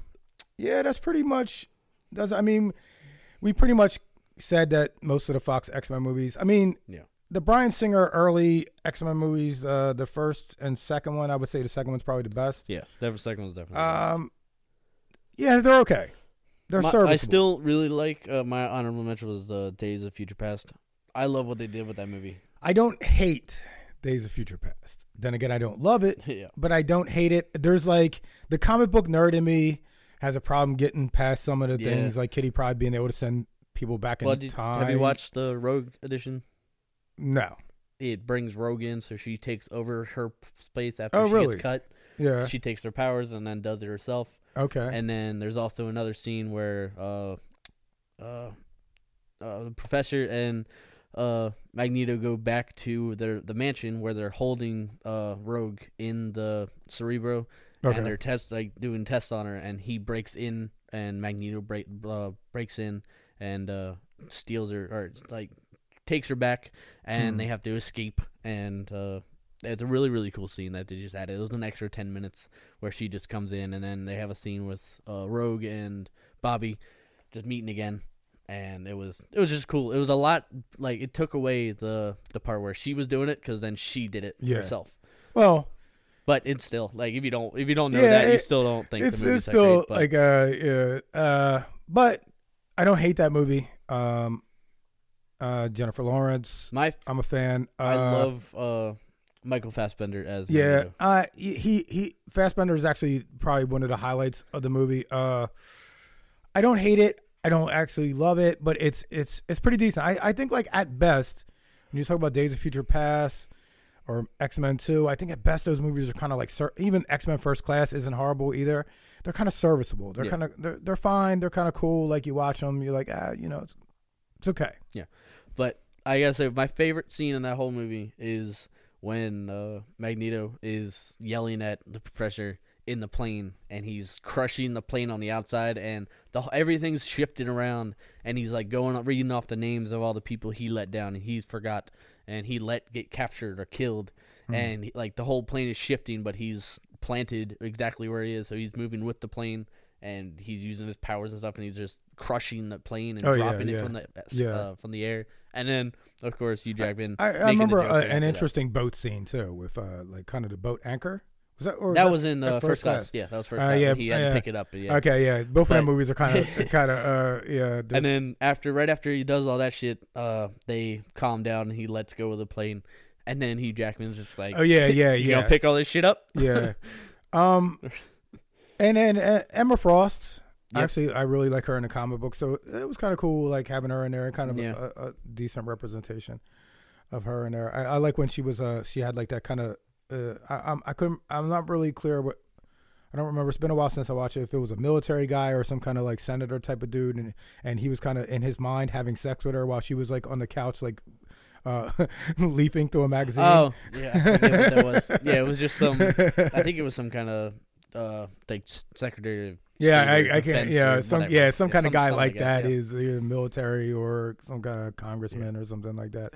Speaker 1: yeah, that's pretty much. Does I mean, we pretty much said that most of the Fox X Men movies. I mean,
Speaker 2: yeah,
Speaker 1: the Brian Singer early X Men movies, uh, the first and second one. I would say the second one's probably the best.
Speaker 2: yeah. That second was definitely. the best.
Speaker 1: Um, yeah, they're okay. They're
Speaker 2: My-
Speaker 1: serviceable.
Speaker 2: I still really like uh, my honorable mention was the Days of Future Past. I love what they did with that movie.
Speaker 1: I don't hate Days of Future Past. Then again, I don't love it.
Speaker 2: yeah,
Speaker 1: but I don't hate it. There's like the comic book nerd in me has a problem getting past some of the
Speaker 2: Yeah.
Speaker 1: things, like Kitty Pride being able to send people back
Speaker 2: well,
Speaker 1: in
Speaker 2: did,
Speaker 1: time.
Speaker 2: have you watched the Rogue edition?
Speaker 1: No.
Speaker 2: It brings Rogue in, so she takes over her p- space after
Speaker 1: Oh,
Speaker 2: she
Speaker 1: really?
Speaker 2: gets cut.
Speaker 1: Yeah.
Speaker 2: She takes her powers and then does it herself.
Speaker 1: okay.
Speaker 2: And then there's also another scene where uh, uh, uh, the Professor and uh, Magneto go back to their the mansion where they're holding uh, Rogue in the Cerebro,
Speaker 1: okay.
Speaker 2: and they're test like doing tests on her, and he breaks in, and Magneto break uh, breaks in and uh, steals her or like takes her back, and
Speaker 1: Hmm.
Speaker 2: they have to escape, and uh, it's a really really cool scene that they just added. It was an extra ten minutes where she just comes in, and then they have a scene with uh, Rogue and Bobby just meeting again, and it was it was just cool. It was a lot like it took away the the part where she was doing it because then she did it
Speaker 1: Yeah.
Speaker 2: herself.
Speaker 1: Well,
Speaker 2: But it's still like if you don't if you don't know
Speaker 1: Yeah,
Speaker 2: that you
Speaker 1: it-
Speaker 2: still don't think
Speaker 1: it's,
Speaker 2: the movie's
Speaker 1: it's still
Speaker 2: that great. But
Speaker 1: like uh, uh uh but I don't hate that movie. Um uh Jennifer Lawrence,
Speaker 2: my
Speaker 1: I'm a fan. Uh,
Speaker 2: I love uh, Michael Fassbender as
Speaker 1: Yeah,
Speaker 2: Magneto.
Speaker 1: uh, he he Fassbender is actually probably one of the highlights of the movie. Uh, I don't hate it. I don't actually love it, but it's it's it's pretty decent. I, I think like at best, when you talk about Days of Future Past or X Men Two, I think at best those movies are kind of like ser- even X Men First Class isn't horrible either. They're kind of serviceable. They're
Speaker 2: Yeah.
Speaker 1: kind of they're, they're fine. They're kind of cool. Like you watch them, you're like ah, you know, it's it's okay.
Speaker 2: But I gotta say, my favorite scene in that whole movie is when uh, Magneto is yelling at the professor in the plane, and he's crushing the plane on the outside, and the everything's shifting around, and he's like going reading off the names of all the people he let down, and he's forgot, and he let get captured or killed,
Speaker 1: Mm-hmm.
Speaker 2: and he- like the whole plane is shifting, but he's planted exactly where he is, so he's moving with the plane. And he's using his powers and stuff, and he's just crushing the plane and
Speaker 1: Oh, yeah,
Speaker 2: dropping it
Speaker 1: yeah.
Speaker 2: from the uh,
Speaker 1: Yeah.
Speaker 2: uh, from the air, and then of course Hugh Jackman.
Speaker 1: I,
Speaker 2: making
Speaker 1: I
Speaker 2: the
Speaker 1: remember
Speaker 2: joke
Speaker 1: uh,
Speaker 2: right after
Speaker 1: an
Speaker 2: that.
Speaker 1: interesting boat scene too with uh, like kind of the boat anchor. Was that or
Speaker 2: That, was in
Speaker 1: at
Speaker 2: uh, first class. Yeah, that was first
Speaker 1: Uh,
Speaker 2: class.
Speaker 1: yeah,
Speaker 2: when he had
Speaker 1: yeah.
Speaker 2: to pick it up. Yeah.
Speaker 1: Okay, yeah. Both of
Speaker 2: But-
Speaker 1: their movies are kind of kind of uh yeah.
Speaker 2: And
Speaker 1: there's-
Speaker 2: then after, right after he does all that shit, uh, they calm down and he lets go of the plane, and then Hugh Jackman's just like,
Speaker 1: oh yeah, yeah,
Speaker 2: you
Speaker 1: yeah,
Speaker 2: gonna pick all this shit up?"
Speaker 1: yeah. Um, and then uh, Emma Frost.
Speaker 2: Yep.
Speaker 1: Actually, I really like her in the comic book, so it was kind of cool, like having her in there, kind of
Speaker 2: Yeah.
Speaker 1: a, a, a decent representation of her in there. I, I like when she was uh she had like that kind of uh I I'm, I couldn't I'm not really clear what I don't remember. It's been a while since I watched it. If it was a military guy or some kind of like senator type of dude, and and he was kind of in his mind having sex with her while she was like on the couch, like uh leafing through a magazine.
Speaker 2: Oh, yeah, I forget what that was. Yeah, it was just some. I think it was some kind of uh, like s- secretary. of
Speaker 1: Yeah,
Speaker 2: State or
Speaker 1: I, I can't.
Speaker 2: Defense
Speaker 1: Yeah,
Speaker 2: or
Speaker 1: some
Speaker 2: whatever.
Speaker 1: yeah, some kind of guy
Speaker 2: something
Speaker 1: like that
Speaker 2: yeah.
Speaker 1: is either military or some kind of congressman or something like that.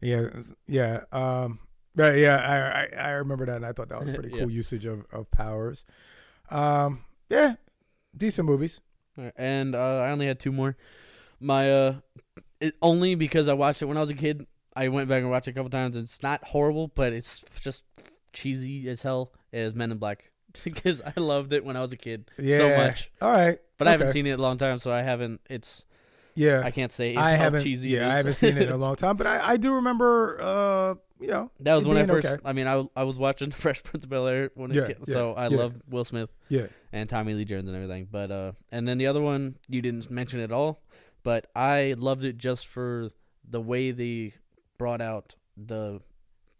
Speaker 1: Yeah, it's- yeah, um, right. Yeah, I, I I remember that, and I thought that was pretty
Speaker 2: Yeah.
Speaker 1: cool usage of of powers. Um, yeah, decent movies.
Speaker 2: Alright, And uh, I only had two more. My uh, it, only because I watched it when I was a kid. I went back and watched it a couple times. It's not horrible, but it's just cheesy as hell. Is Men in Black because I loved it when I was a kid
Speaker 1: Yeah,
Speaker 2: so much,
Speaker 1: All right,
Speaker 2: but I haven't
Speaker 1: Okay.
Speaker 2: seen it in a long time, so I haven't. It's
Speaker 1: yeah,
Speaker 2: I can't say it's
Speaker 1: I,
Speaker 2: how
Speaker 1: haven't.
Speaker 2: cheesy.
Speaker 1: yeah,
Speaker 2: it is.
Speaker 1: I haven't seen it in a long time, but I I do remember. Uh, you know,
Speaker 2: that was
Speaker 1: it
Speaker 2: when I
Speaker 1: being
Speaker 2: first.
Speaker 1: okay.
Speaker 2: I mean, I I was watching Fresh Prince of Bel Air when I was a
Speaker 1: Yeah,
Speaker 2: kid,
Speaker 1: yeah,
Speaker 2: so I
Speaker 1: yeah.
Speaker 2: loved Will Smith.
Speaker 1: Yeah.
Speaker 2: and Tommy Lee Jones and everything. But uh, and then the other one you didn't mention at all, but I loved it just for the way they brought out the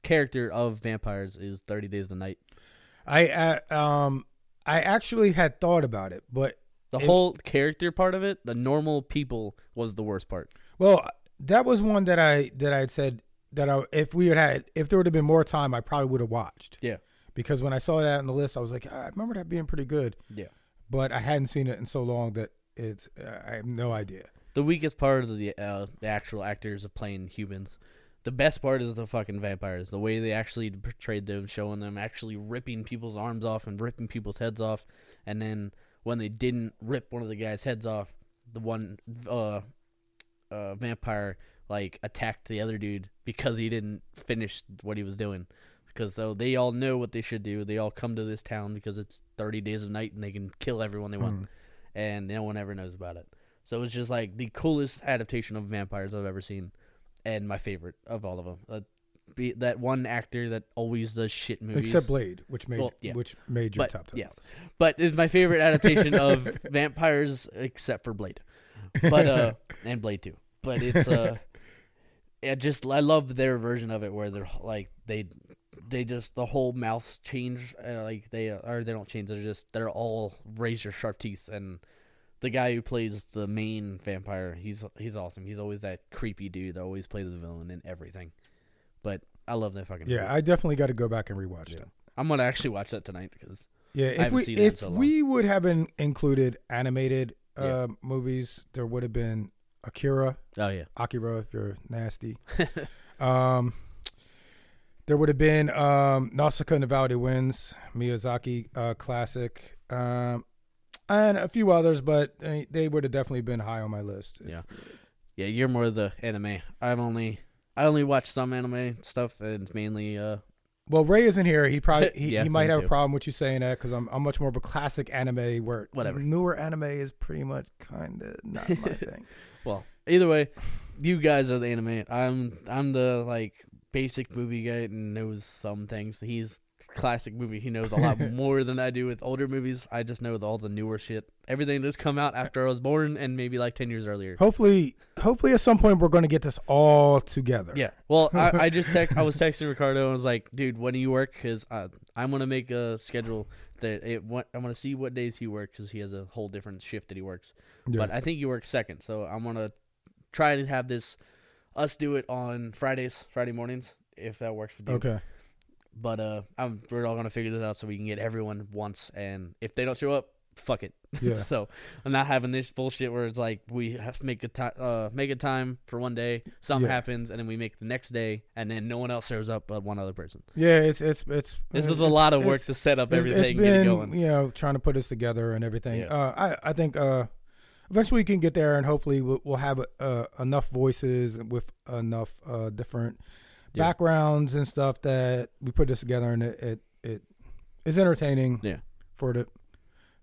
Speaker 2: character of vampires is Thirty Days of the Night.
Speaker 1: I uh, um I actually had thought about it, but
Speaker 2: The
Speaker 1: It-
Speaker 2: whole character part of it, the normal people was the worst part.
Speaker 1: Well, that was one that I that I had said that I if we had had if there would have been more time, I probably would have watched.
Speaker 2: Yeah.
Speaker 1: Because when I saw that on the list, I was like, "Ah, I remember that being pretty good,
Speaker 2: Yeah.
Speaker 1: but I hadn't seen it in so long that it's I have no idea.
Speaker 2: The weakest part of the uh, the actual actors of playing humans. The best part is the fucking vampires. The way they actually portrayed them, showing them actually ripping people's arms off and ripping people's heads off, and then when they didn't rip one of the guys' heads off, the one uh, uh, vampire like attacked the other dude because he didn't finish what he was doing. Because though they all know what they should do, they all come to this town because it's thirty days of night and they can kill everyone they
Speaker 1: Hmm.
Speaker 2: want, and no one ever knows about it. So it's just like the coolest adaptation of vampires I've ever seen, and my favorite of all of them. Uh, be, that one actor that always does shit movies,
Speaker 1: Except Blade, which made
Speaker 2: Well, yeah.
Speaker 1: which made your
Speaker 2: But,
Speaker 1: top ten.
Speaker 2: yes. but it's my favorite adaptation of vampires except for Blade, but uh, and Blade Two. But it's uh, I just I love their version of it where they're like they they just the whole mouths change uh, like they or they don't change they're just they're all razor sharp teeth and the guy who plays the main vampire he's he's awesome he's always that creepy dude that always plays the villain in everything, but I love that fucking
Speaker 1: Yeah,
Speaker 2: movie.
Speaker 1: I definitely got to go back and rewatch
Speaker 2: Yeah.
Speaker 1: them.
Speaker 2: I'm gonna actually watch that tonight because
Speaker 1: Yeah, if
Speaker 2: haven't
Speaker 1: we
Speaker 2: seen that in
Speaker 1: if
Speaker 2: so long.
Speaker 1: we would have in, included animated uh,
Speaker 2: Yeah.
Speaker 1: movies, there would have been Akira,
Speaker 2: oh yeah
Speaker 1: Akira if you're nasty. um, There would have been um, Nausicaa and the Valley of Winds, Miyazaki uh, classic, um, and a few others, but they, they would have definitely been high on my list.
Speaker 2: Yeah. Yeah, you're more the anime. I've only I only watch some anime stuff, and it's mainly uh
Speaker 1: Well, Ray isn't here. He probably he,
Speaker 2: Yeah,
Speaker 1: he might
Speaker 2: me
Speaker 1: have a
Speaker 2: too.
Speaker 1: problem with you saying that because I'm I'm much more of a classic anime where
Speaker 2: Whatever.
Speaker 1: newer anime is pretty much kind of not my thing.
Speaker 2: well. Either way, you guys are the anime. I'm I'm the like basic movie guy and knows some things. He's classic movie. He knows a lot more than I do with older movies. I just know the, all the newer shit. Everything that's come out after I was born and maybe like ten years earlier.
Speaker 1: Hopefully, hopefully at some point we're going to get this all together.
Speaker 2: Yeah. Well, I, I just text. I was texting Ricardo and was like, "Dude, when do you work? Because I'm gonna make a schedule that it. What, I'm gonna see what days he works because he has a whole different shift that he works.
Speaker 1: Yeah.
Speaker 2: But I think you work second, so I'm gonna try to have this us do it on Fridays, Friday mornings, if that works for you.
Speaker 1: Okay.
Speaker 2: But uh, I'm we're all gonna figure this out so we can get everyone once, and if they don't show up, fuck it.
Speaker 1: Yeah.
Speaker 2: so I'm not having this bullshit where it's like we have to make a time, uh, make a time for one day. Something
Speaker 1: Yeah.
Speaker 2: happens, and then we make the next day, and then no one else shows up but one other person.
Speaker 1: Yeah. It's it's it's. uh,
Speaker 2: This is a
Speaker 1: it's-
Speaker 2: lot of work
Speaker 1: it's-
Speaker 2: to set up
Speaker 1: It's-
Speaker 2: everything
Speaker 1: it's
Speaker 2: and get it
Speaker 1: been,
Speaker 2: going.
Speaker 1: You know, trying to put us together and everything.
Speaker 2: Yeah.
Speaker 1: Uh, I I think uh, eventually we can get there, and hopefully we'll, we'll have uh, enough voices with enough uh, different
Speaker 2: Yeah.
Speaker 1: backgrounds and stuff that we put this together, and it it, it is entertaining.
Speaker 2: Yeah.
Speaker 1: For the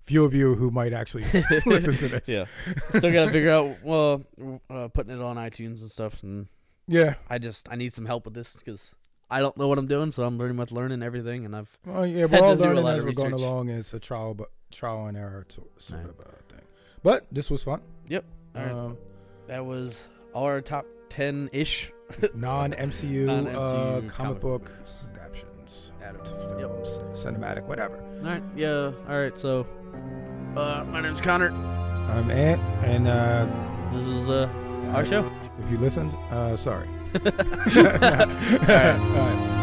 Speaker 1: few of you who might actually listen to this.
Speaker 2: Yeah, still gotta figure out well uh, putting it on iTunes and stuff. And
Speaker 1: Yeah.
Speaker 2: I just I need some help with this because I don't know what I'm doing, so I'm pretty much learning everything. And I've
Speaker 1: Well, yeah,
Speaker 2: Had
Speaker 1: we're all
Speaker 2: to do a
Speaker 1: learning
Speaker 2: lot
Speaker 1: as
Speaker 2: of
Speaker 1: we're going
Speaker 2: research.
Speaker 1: along. It's a trial, but trial and error to, sort
Speaker 2: Right.
Speaker 1: of a thing. But this was fun.
Speaker 2: Yep. All right.
Speaker 1: Um,
Speaker 2: that was our top ten ish
Speaker 1: non MCU uh,
Speaker 2: Non-MCU
Speaker 1: comic,
Speaker 2: comic
Speaker 1: book
Speaker 2: movies.
Speaker 1: adaptations,
Speaker 2: Adapt-
Speaker 1: films, cinematic, whatever.
Speaker 2: All right. Yeah. All right. So, uh, my name's Connor.
Speaker 1: I'm Ant, Um, and uh,
Speaker 2: This is uh, our show.
Speaker 1: if you listened, uh, sorry.
Speaker 2: All right.
Speaker 1: All right.